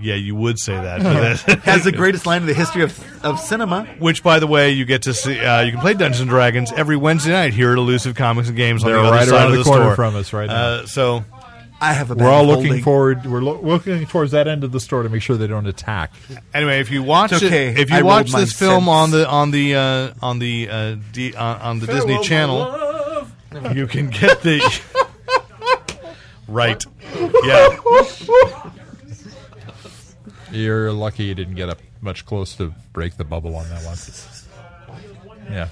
S3: Yeah, you would say that. but that-
S6: Has the greatest line in the history of of cinema.
S3: Which, by the way, you get to see. Uh, you can play Dungeons and Dragons every Wednesday night here at Elusive Comics and Games.
S4: They're
S3: on the
S4: right
S3: other side
S4: around
S3: of
S4: the
S3: the
S4: corner
S3: store.
S4: from us right now.
S3: Uh, so
S6: I have a.
S4: we're all looking forward. We're lo- looking towards that end of the store to make sure they don't attack.
S3: anyway, if you watch
S6: It's okay.
S3: it, if you
S6: I rolled
S3: watch
S6: my
S3: this film
S6: sense.
S3: on the on the uh, on the uh, D, on, on the Disney Channel, you can get the right. Yeah,
S4: You're lucky you didn't get up much close to break the bubble on that one. Yeah.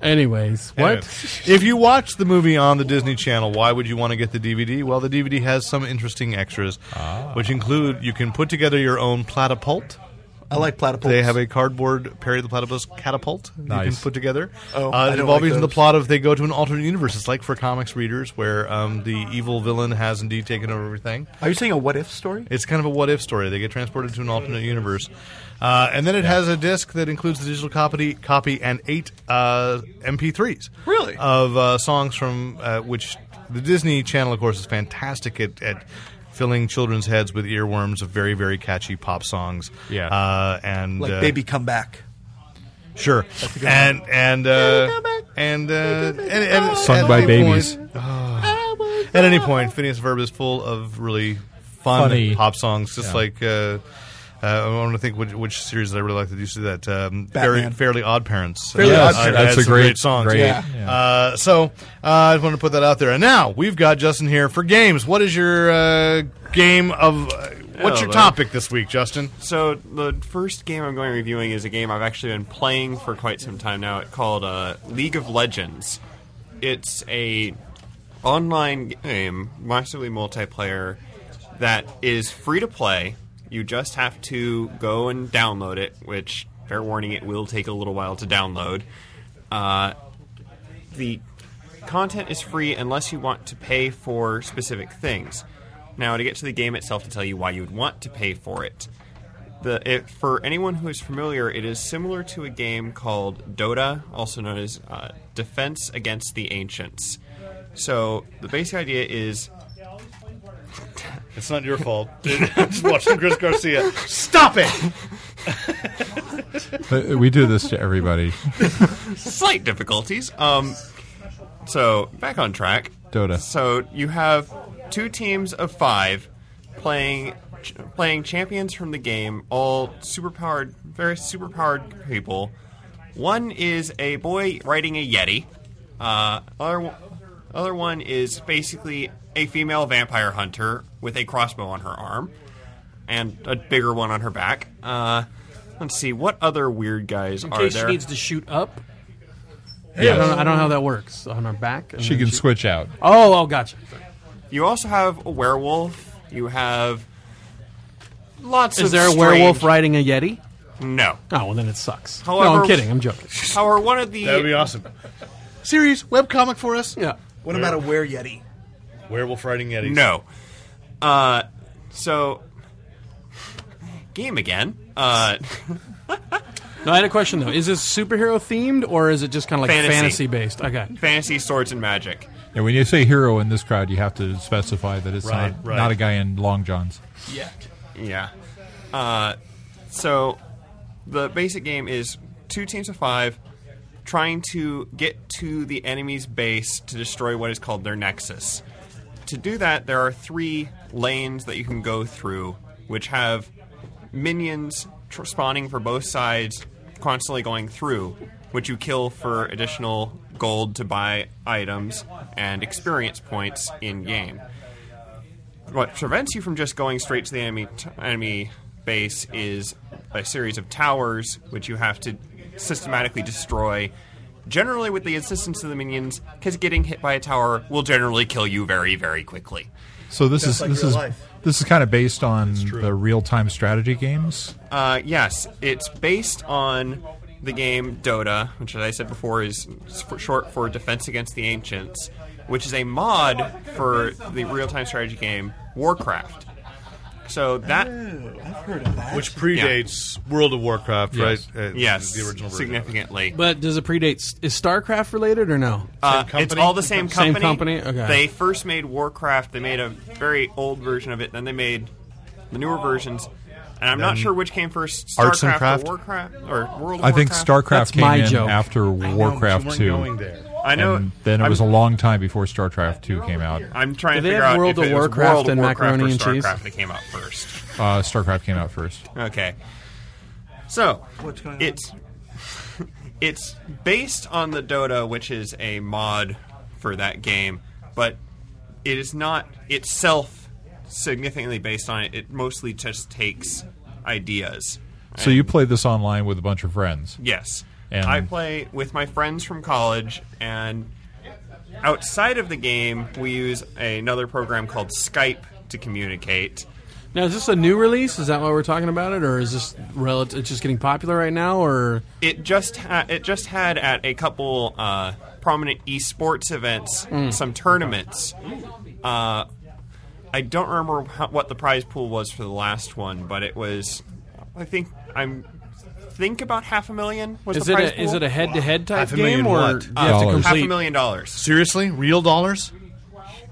S8: Anyways, what?
S3: Anyway, if you watch the movie on the Disney Channel, why would you want to get the DVD? Well, the DVD has some interesting extras, which include you can put together your own platypult.
S6: I like platypus.
S3: They have a cardboard Perry the Platypus catapult you can
S4: Nice.
S3: put together.
S6: Oh, I
S3: uh,
S6: don't
S3: involving
S6: like
S3: the
S6: those.
S3: plot of they go to an alternate universe. It's like for comics readers where um, the evil villain has indeed taken over everything.
S6: Are you saying a what if story?
S3: It's kind of a what if story. They get transported to an alternate universe. Uh, and then it has a disc that includes the digital copy, copy and eight uh, MP3s.
S6: Really?
S3: Of uh, songs from uh, which the Disney Channel, of course, is fantastic at. at Filling children's heads with earworms of very, very catchy pop songs.
S4: Yeah.
S3: Uh, and
S6: Like
S3: uh,
S6: baby come back.
S3: Sure. And and uh, and, uh, and and
S4: Sung
S3: at
S4: by
S3: any
S4: babies.
S3: point- Ah. at any point, Phineas and Ferb is full of really fun
S4: Funny.
S3: pop songs, just
S4: Yeah.
S3: like. Uh, uh, I want to think which, which series that I really like that you see that um, Fairly,
S6: Batman.
S3: Fairly Odd Parents.
S6: Fairly
S3: uh,
S6: Odd Parents.
S3: had
S4: That's a
S3: some
S4: great-
S3: great song.
S4: great-
S6: Yeah.
S4: yeah.
S3: Uh, so uh, I just want to put that out there. And now we've got Justin here for games. What is your uh, game of? Uh, what's your
S5: Hello.
S3: topic this week, Justin?
S5: So the first game I'm going reviewing is a game I've actually been playing for quite some time now. It's called uh, League of Legends. It's a online game, massively multiplayer, that is free to play. You just have to go and download it, which fair warning, it will take a little while to download. Uh, the content is free unless you want to pay for specific things. Now, to get to the game itself to tell you why you would want to pay for it, the it, for anyone who is familiar, it is similar to a game called Dota, also known as uh, Defense Against the Ancients. So the basic idea is
S3: It's not your fault. just watching Chris Garcia. Stop it.
S4: Uh, We do this to everybody.
S5: slight difficulties. Um, so back on track.
S4: Dota.
S5: So you have two teams of five playing ch- playing champions from the game, all superpowered, very superpowered people. One is a boy riding a yeti. Uh, other one- other one is basically a female vampire hunter with a crossbow on her arm and a bigger one on her back. Uh, let's see what other weird guys
S8: In
S5: are
S8: case she
S5: there.
S8: needs to shoot up. I, don't,
S4: Yes.
S8: I don't know how that works. On her back? and
S4: She
S8: then
S4: can switch out.
S8: Oh, oh, gotcha.
S5: You also have a werewolf. You have lots of.
S8: Is there a
S5: strange-
S8: werewolf riding a yeti?
S5: No.
S8: Oh, well, then it sucks. no,
S5: However-
S8: I'm kidding. I'm joking.
S5: However, one of the
S3: That would be awesome. Series webcomic for us.
S8: Yeah.
S6: What about a were yeti?
S3: Werewolf riding Yetis.
S5: no. Uh, so game again. Uh,
S8: No, I had a question though. Is this superhero themed or is it just kind of like fantasy
S5: Fantasy.
S8: based? Okay.
S5: fantasy swords and magic.
S4: And when you say hero in this crowd, you have to specify that it's
S3: Right,
S4: not,
S3: right.
S4: not a guy in long johns.
S6: Yeah.
S5: Yeah. Uh, so the basic game is two teams of five trying to get to the enemy's base to destroy what is called their nexus. To do that, there are three lanes that you can go through, which have minions tr- spawning for both sides, constantly going through, which you kill for additional gold to buy items and experience points in game what prevents you from just going straight to the enemy t- enemy base is a series of towers which you have to systematically destroy. Generally, with the assistance of the minions, because getting hit by a tower will generally kill you very, very quickly.
S4: So this
S6: Just
S4: is
S6: like
S4: this
S6: real
S4: is
S6: life.
S4: this is kind of based on the real time strategy games.
S5: Uh, yes, it's based on the game Dota, which, as I said before, is s- for- short for Defense Against the Ancients, which is a mod for the real time strategy game Warcraft. So that,
S6: Ooh, I've heard of that.
S3: Which predates World of Warcraft,
S4: Yes.
S3: right? Uh,
S5: yes,
S3: the original version. of it.
S5: significantly.
S8: But does it predate? Is StarCraft related or no?
S3: Same
S5: Uh, it's
S3: company?
S5: all the same
S8: Same company?
S5: company.
S8: Okay.
S5: They first made Warcraft. They made a very old version of it. Then they made the newer versions. And I'm not sure which came first, StarCraft
S3: Arts and Craft?
S5: or Warcraft or World of
S4: I think
S5: Warcraft.
S4: StarCraft
S8: That's
S4: came
S8: my
S4: in
S8: joke.
S4: after Warcraft
S3: No, you weren't
S4: two.
S3: Going there.
S5: I know.
S4: And then it was
S5: I'm-
S4: a long time before StarCraft two came out.
S5: I'm
S8: Do
S5: trying to
S8: they
S5: figure
S8: have
S5: out
S8: World
S5: if
S8: of
S5: it was
S8: Warcraft
S5: World of
S8: and
S5: Warcraft
S8: macaroni
S5: or
S8: and cheese?
S5: StarCraft that came out first.
S4: Uh, StarCraft came out first.
S5: Okay, so
S6: What's going on?
S5: it's it's based on the Dota, which is a mod for that game, but it is not itself significantly based on it. It mostly just takes ideas.
S4: So you played this online with a bunch of friends.
S5: Yes.
S4: And-
S5: I play with my friends from college, and outside of the game, we use another program called Skype to communicate.
S8: Now is this a new release? Is that why we're talking about it, or is this relative? It's just getting popular right now, or
S5: It just ha- it just had at a couple uh, prominent esports events
S8: Hmm.
S5: some tournaments. Uh, I don't remember how, what the prize pool was for the last one, but it was I think I'm think about half a million was
S8: is
S5: the
S8: it
S5: prize
S8: a,
S5: pool.
S8: is it a head to head type
S3: Half a
S8: game,
S3: million
S8: or
S3: what?
S8: do you
S3: Uh,
S8: have to
S4: dollars.
S5: half a
S8: complete
S5: million dollars?
S3: Seriously, real dollars?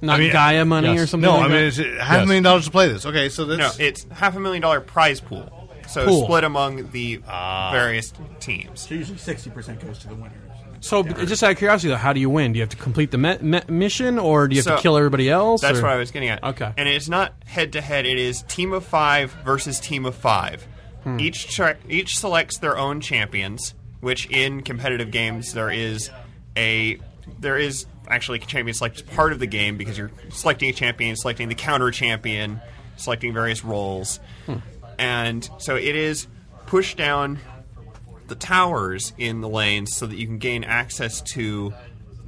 S8: not
S3: I mean-
S8: Gaia money
S4: Yes.
S8: or something?
S3: No,
S8: like
S3: I mean
S8: that?
S3: it's uh, half a
S4: Yes.
S3: million dollars to play this. Okay, so that's
S5: No, it's half a million dollar prize pool. So
S8: Pool.
S5: split among the uh, various teams.
S6: So usually sixty percent goes to the winners.
S8: so b- just out of curiosity, though, how do you win? Do you have to complete the me- me- mission, or do you have to
S5: So-
S8: kill everybody else?
S5: That's
S8: or?
S5: what I was getting at.
S8: Okay.
S5: And it's not head to head. It is team of five versus team of five. Each tra- each selects their own champions, which in competitive games there is a there is actually a champion select part of the game because you're selecting a champion, selecting the counter champion, selecting various roles, and so it is push down the towers in the lanes so that you can gain access to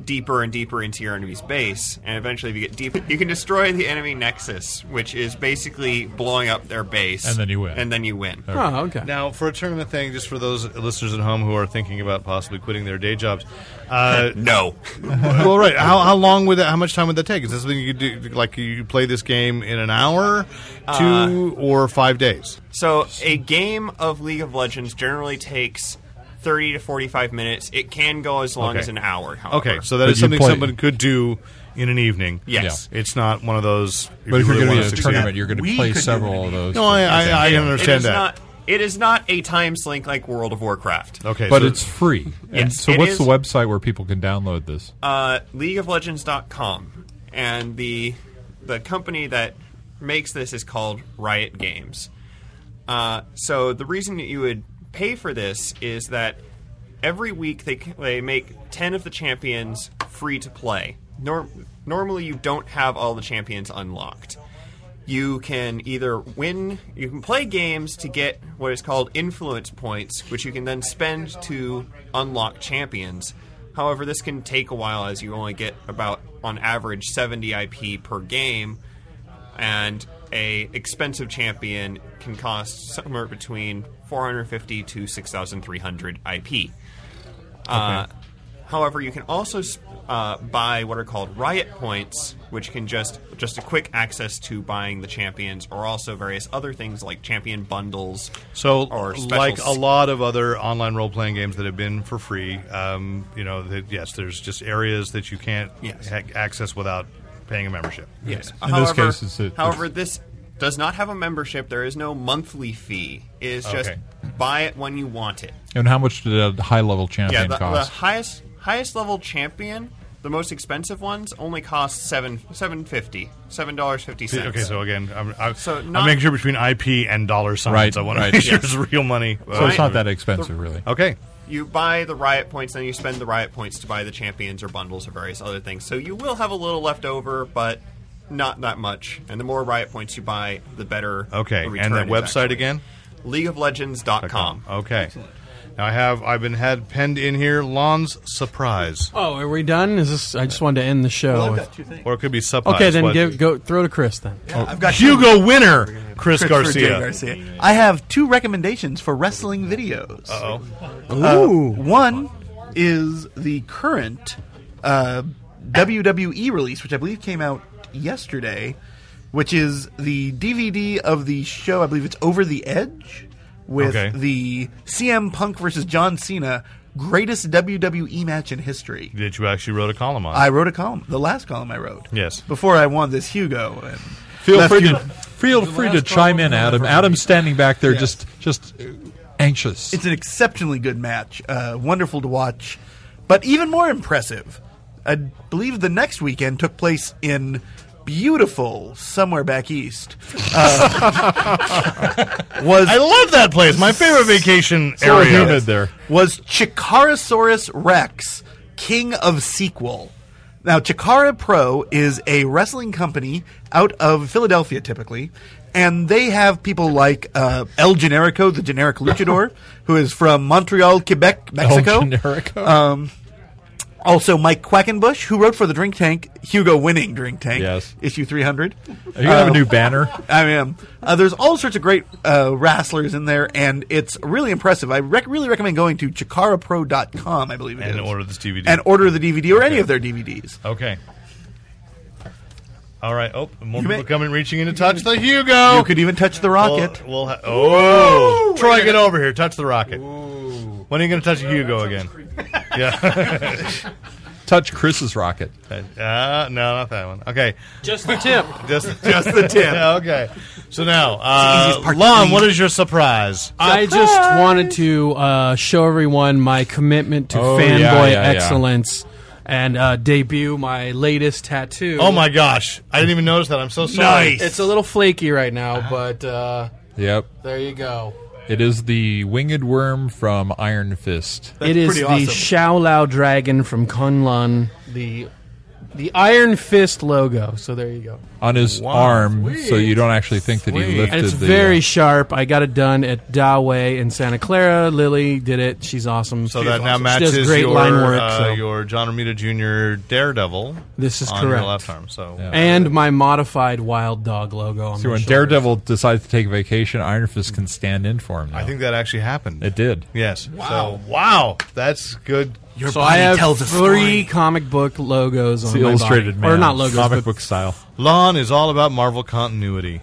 S5: deeper and deeper into your enemy's base and eventually if you get deep you can destroy the enemy nexus which is basically blowing up their base
S4: And then you win.
S5: and then you win
S8: Oh, okay.
S3: Now, for a tournament thing, just for those listeners at home who are thinking about possibly quitting their day jobs, uh,
S5: no
S3: well, right? How, how long would that? How much time would that take? Is this something you could do? Like you play this game in an hour, two or five days?
S5: so a game of league of legends generally takes 30 to 45 minutes it can go as long
S3: Okay.
S5: as an hour however.
S3: Okay, so that
S4: But
S3: is
S4: you
S3: something
S4: play-
S3: someone could do in an evening.
S5: Yes.
S3: Yeah. it's not one of those.
S4: But if you're
S3: really want
S4: going to be in a
S3: succeed-
S4: tournament, you're going to
S6: We
S4: play
S6: could do it
S4: several
S6: in
S4: of those.
S3: no, I I, I
S5: it
S3: understand
S5: is
S3: that.
S5: not it is not a time slink like world of warcraft
S3: okay,
S4: but
S3: so-
S4: it's free. and
S5: Yes,
S4: so
S5: it
S4: what's
S5: is-
S4: the website where people can download this?
S5: uh, leagueoflegends.com and the the company that makes this is called Riot Games. Uh, so the reason that you would pay for this is that every week they they make 10 of the champions free to play. Norm- normally you don't have all the champions unlocked. You can either win, you can play games to get what is called influence points, which you can then spend to unlock champions. However, this can take a while as you only get about on average 70 IP per game and a expensive champion can cost somewhere between 450 to 6300 IP. Uh, however, you can also s- uh, buy what are called riot points, which can just just a quick access to buying the champions, or also various other things like champion bundles.
S3: So,
S5: or special
S3: like a
S5: s-
S3: lot of other online role playing games that have been for free, um, you know, that, yes, there's just areas that you can't
S5: Yes.
S3: ha- access without paying a membership.
S5: Yes.
S4: In this
S5: however,
S4: case, it's a- it's-
S5: however, this does not have a membership. There is no monthly fee. It is just
S3: Okay.
S5: buy it when you want it.
S4: And how much did a high level champion
S5: Yeah, the, the
S4: cost?
S5: highest highest level champion, the most expensive ones, only cost seven seven fifty seven dollars fifty cents.
S3: Okay, so again, I'm, I'm,
S5: So
S3: I'm
S5: not-
S3: making sure between IP and dollar signs.
S4: Right,
S3: I want
S4: right.
S3: to make sure it's real money.
S4: so it's not
S5: Right.
S4: that expensive, really.
S3: Okay.
S5: you buy the riot points, then you spend the riot points to buy the champions or bundles or various other things. So you will have a little left over, but not that much. And the more riot points you buy, the better.
S3: Okay,
S5: the
S3: and that
S5: return is
S3: website
S5: actually.
S3: again? Oh.
S5: LeagueOfLegends.com.
S3: Okay. Now I have I've been had penned in here Lon's surprise,
S8: Oh, are we done? Is this? I just wanted to end the show.
S6: I've
S8: with-
S6: got two things.
S3: or it could be surprise.
S8: okay, then
S3: what-
S8: give, go throw to Chris then.
S6: I've got two.
S3: Hugo winner Chris,
S6: Chris- for Jay
S3: Garcia.
S6: Garcia. I have two recommendations for wrestling videos.
S3: Oh,
S6: Ooh. one is the current uh, WWE release, which I believe came out yesterday, which is the DVD of the show. I believe it's Over the Edge with
S3: Okay.
S6: the CM Punk versus John Cena greatest WWE match in history.
S3: that you actually wrote a column on.
S6: I wrote a column, the last column I wrote.
S3: Yes.
S6: Before I won this Hugo. And
S4: Feel
S6: left
S4: free
S6: you-
S4: to feel free to
S7: last
S4: chime in,
S7: problem
S4: Adam.
S7: ever.
S4: Adam's standing back there,
S6: Yes.
S4: just just uh, anxious.
S6: It's an exceptionally good match. Uh, wonderful to watch. But even more impressive, I believe the next weekend took place in beautiful somewhere back east. Uh, was
S3: I love that place. My favorite vacation
S4: So
S3: area.
S4: humid there.
S6: was Chikarasaurus Rex, king of sequel. Now, Chikara Pro is a wrestling company out of Philadelphia, typically, and they have people like uh, El Generico, the generic luchador, who is from Montreal, Quebec, Mexico. Uh,
S4: Generico.
S6: Also, Mike Quackenbush, who wrote for the Drink Tank, Hugo winning Drink Tank,
S4: Yes.
S6: issue 300.
S4: Are you gonna have
S6: uh,
S4: a new banner?
S6: I am. Uh, there's all sorts of great uh, wrestlers in there, and it's really impressive. I rec- really recommend going to chikarapro.com, I believe it is,
S3: And order this DVD.
S6: and order the DVD or any of their DVDs.
S3: Okay. All right. Oh, more
S6: You may-
S3: people coming, reaching in to touch the Hugo.
S6: You could even touch the rocket.
S3: We'll, we'll ha- oh, Troy, get over here. Touch the rocket. When are you going to touch a Hugo again? yeah.
S4: Touch Chris's rocket.
S3: Uh, no, not that one. Okay.
S8: Just the tip.
S3: Just, just the tip. okay. So now,
S6: easiest
S3: uh,
S6: part to
S3: Lon,
S6: read.
S3: what is your surprise?
S8: I just wanted to uh, show everyone my commitment to
S4: Oh,
S8: fanboy
S4: yeah, yeah, yeah.
S8: excellence and uh, debut my latest tattoo.
S3: Oh my gosh! I didn't even notice that. I'm so sorry.
S6: Nice.
S8: It's a little flaky right now, but uh,
S4: Yep.
S8: there you go.
S4: It is the winged worm from Iron Fist.
S8: it is
S6: pretty
S8: the
S6: awesome.
S8: Xiao Lao dragon from Kunlun, the the Iron Fist logo. So there you go.
S4: on his arm, so you don't actually think that he lifted
S8: And it's
S4: the.
S8: very
S4: uh,
S8: sharp. I got it done at Dawei in Santa Clara. Lily did it. She's awesome.
S3: So that now
S8: She does
S3: matches
S8: great
S3: your
S8: line work.
S3: uh,
S8: so.
S3: your John Romita Jr. Daredevil.
S8: This is
S3: on
S8: correct.
S3: Your left arm. So
S8: and my modified wild dog logo on
S4: so
S8: my
S4: when
S8: shoulder.
S4: Daredevil decides to take a vacation, Iron Fist can stand in for him. Now.
S3: I think that actually happened.
S4: it did.
S3: Yes. Wow. So, wow. That's good.
S6: Your
S8: So I
S6: body
S8: have
S6: tells a
S8: three
S6: story.
S8: comic book logos
S4: It's
S8: on
S4: the
S8: my body.
S4: illustrated man,
S8: or not logos,
S4: comic
S8: but-
S4: book style.
S3: Lon is all about Marvel continuity.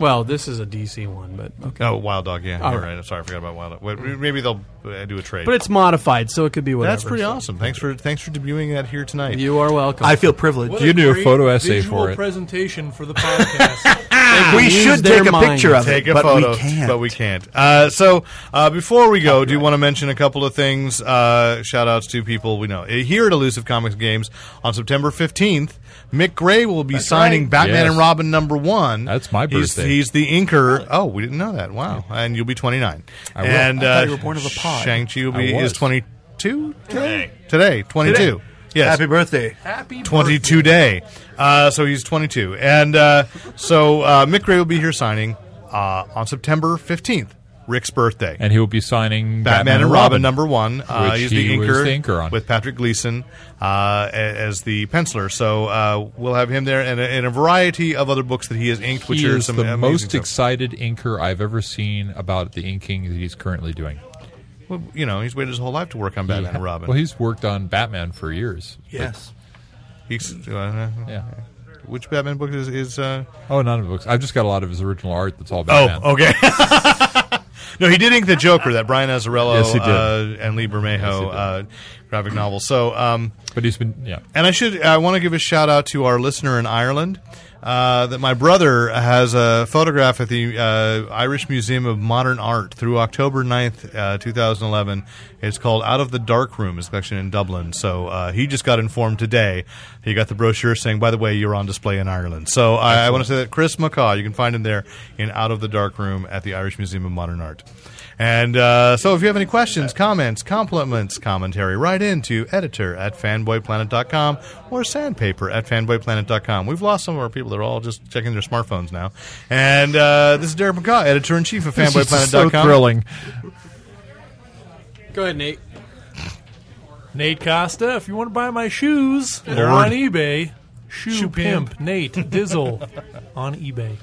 S8: Well, this is a DC one, but okay.
S3: Oh, Wild Dog. Yeah,
S8: All
S3: you're
S8: right.
S3: right. I'm sorry, I forgot about Wild Dog. Wait, Maybe they'll uh, do a trade.
S8: But it's modified, so it could be whatever.
S3: that's pretty
S8: so.
S3: awesome. Thanks for thanks for debuting that here tonight.
S8: You are welcome.
S6: I feel privileged.
S7: What
S4: You do a
S7: great
S4: photo essay
S7: visual
S4: for it.
S7: presentation for the podcast.
S6: we
S8: Use
S6: should
S8: their
S6: take a
S8: minds.
S6: picture of
S3: Take
S6: it,
S3: a
S6: but
S3: photo,
S6: we can't.
S3: but we can't. Uh, so uh, before we go, do you want to mention a couple of things? Uh, shout outs to people we know Uh, here at Elusive Comics Games on September fifteenth. Mick Gray will be signing
S6: right.
S3: Batman
S4: Yes.
S3: and Robin number one.
S4: That's my
S3: He's-
S4: birthday.
S3: He's, the inker. Oh, we didn't know that. Wow, and you'll be twenty nine.
S4: will.
S3: And
S6: I thought
S3: uh,
S6: you were born of a pod.
S3: Shang Chi will be
S4: I
S3: is
S4: was.
S3: twenty two today. Today, twenty two. Yes.
S6: Happy birthday.
S7: Happy
S3: 22 day. Uh, so he's 22. And uh, so uh, Mick Ray will be here signing uh, on September 15th, Rick's birthday.
S4: And he will be signing
S3: Batman, and Robin, number one. Uh,
S4: which
S3: he's
S4: he
S3: the
S4: was
S3: inker,
S4: the inker on.
S3: with Patrick Gleason uh, a- as the penciler. So uh, we'll have him there and a, and a variety of other books that he has inked, which
S4: He
S3: are
S4: is
S3: some
S4: the
S3: amazing
S4: most
S3: stuff.
S4: excited inker I've ever seen about the inking that he's currently doing.
S3: Well, you know, he's waited his whole life to work on Batman and Robin.
S4: Well, he's worked on Batman for years.
S6: Yes.
S3: he's, uh,
S4: Yeah.
S3: which Batman book is? is uh,
S4: Oh, none of the books. I've just got a lot of his original art that's all
S3: Oh,
S4: Batman.
S3: okay. no, he did ink the Joker, that Brian Azzarello
S4: Yes, he did.
S3: Uh, and Lee Bermejo
S4: did.
S3: uh, graphic novel. So, um,
S4: But he's been, yeah.
S3: and I should I want to give a shout out to our listener in Ireland. Uh, that my brother has a photograph at the uh, Irish Museum of Modern Art through October 9th, uh, 2011. It's called Out of the Dark Room. It's collection in Dublin. So uh, he just got informed today. He got the brochure saying, by the way, you're on display in Ireland. So I, I want to say that Chris McCaw, you can find him there in Out of the Dark Room at the Irish Museum of Modern Art. And uh, so if you have any questions, comments, compliments, commentary, write it in to editor at fanboyplanet.com or sandpaper at fanboyplanet.com. We've lost some of our people. They're all just checking their smartphones now. And uh, this is Derek McCaw, editor in chief of
S4: This is
S3: fanboyplanet.com.
S4: so thrilling.
S8: Go ahead, Nate.
S7: Nate Costa, if you want to buy my shoes, they're
S3: Nerd.
S7: on eBay. Shoe, pimp. Nate Dizzle on eBay.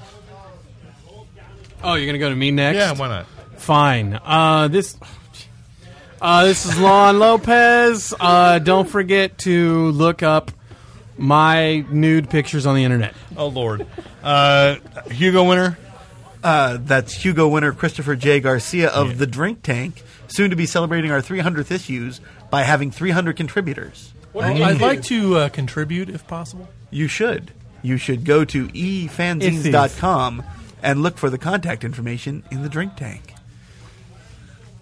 S8: Oh, you're gonna go to me next.
S3: Yeah, why not?
S8: Fine. Uh, this. Uh, this is Lon Lopez. Uh, don't forget to look up my nude pictures on the internet.
S3: Oh, Lord. Uh, Hugo winner.
S6: Uh, that's Hugo winner Christopher J. Garcia of The Drink Tank, soon to be celebrating our 300th issues by having 300 contributors.
S7: Well, I'd like to uh, contribute if possible.
S6: You should. You should go to efanzines.com and look for the contact information in The Drink Tank.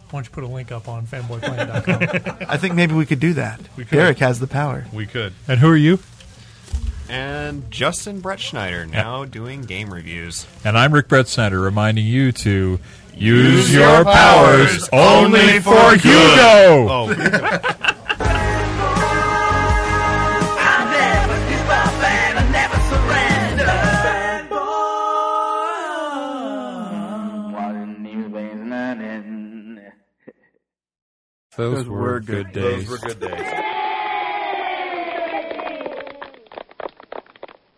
S7: Why don't you put a link up on fanboyplanet.com?
S6: I think maybe we could do that.
S3: could.
S6: Derek has the power.
S3: We could.
S4: And who are you?
S5: And Justin Brett Schneider now doing game reviews.
S4: And I'm Rick Brett Snyder, reminding you to use your powers only for
S3: for good.
S4: Hugo.
S3: Oh,
S1: I never give up and I never surrender.
S2: Those were good days.
S3: good days.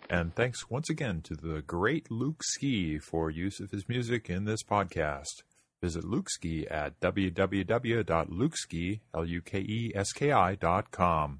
S9: And thanks once again to the great Luke Ski for use of his music in this podcast. Visit Luke Ski at www.lukeski.com.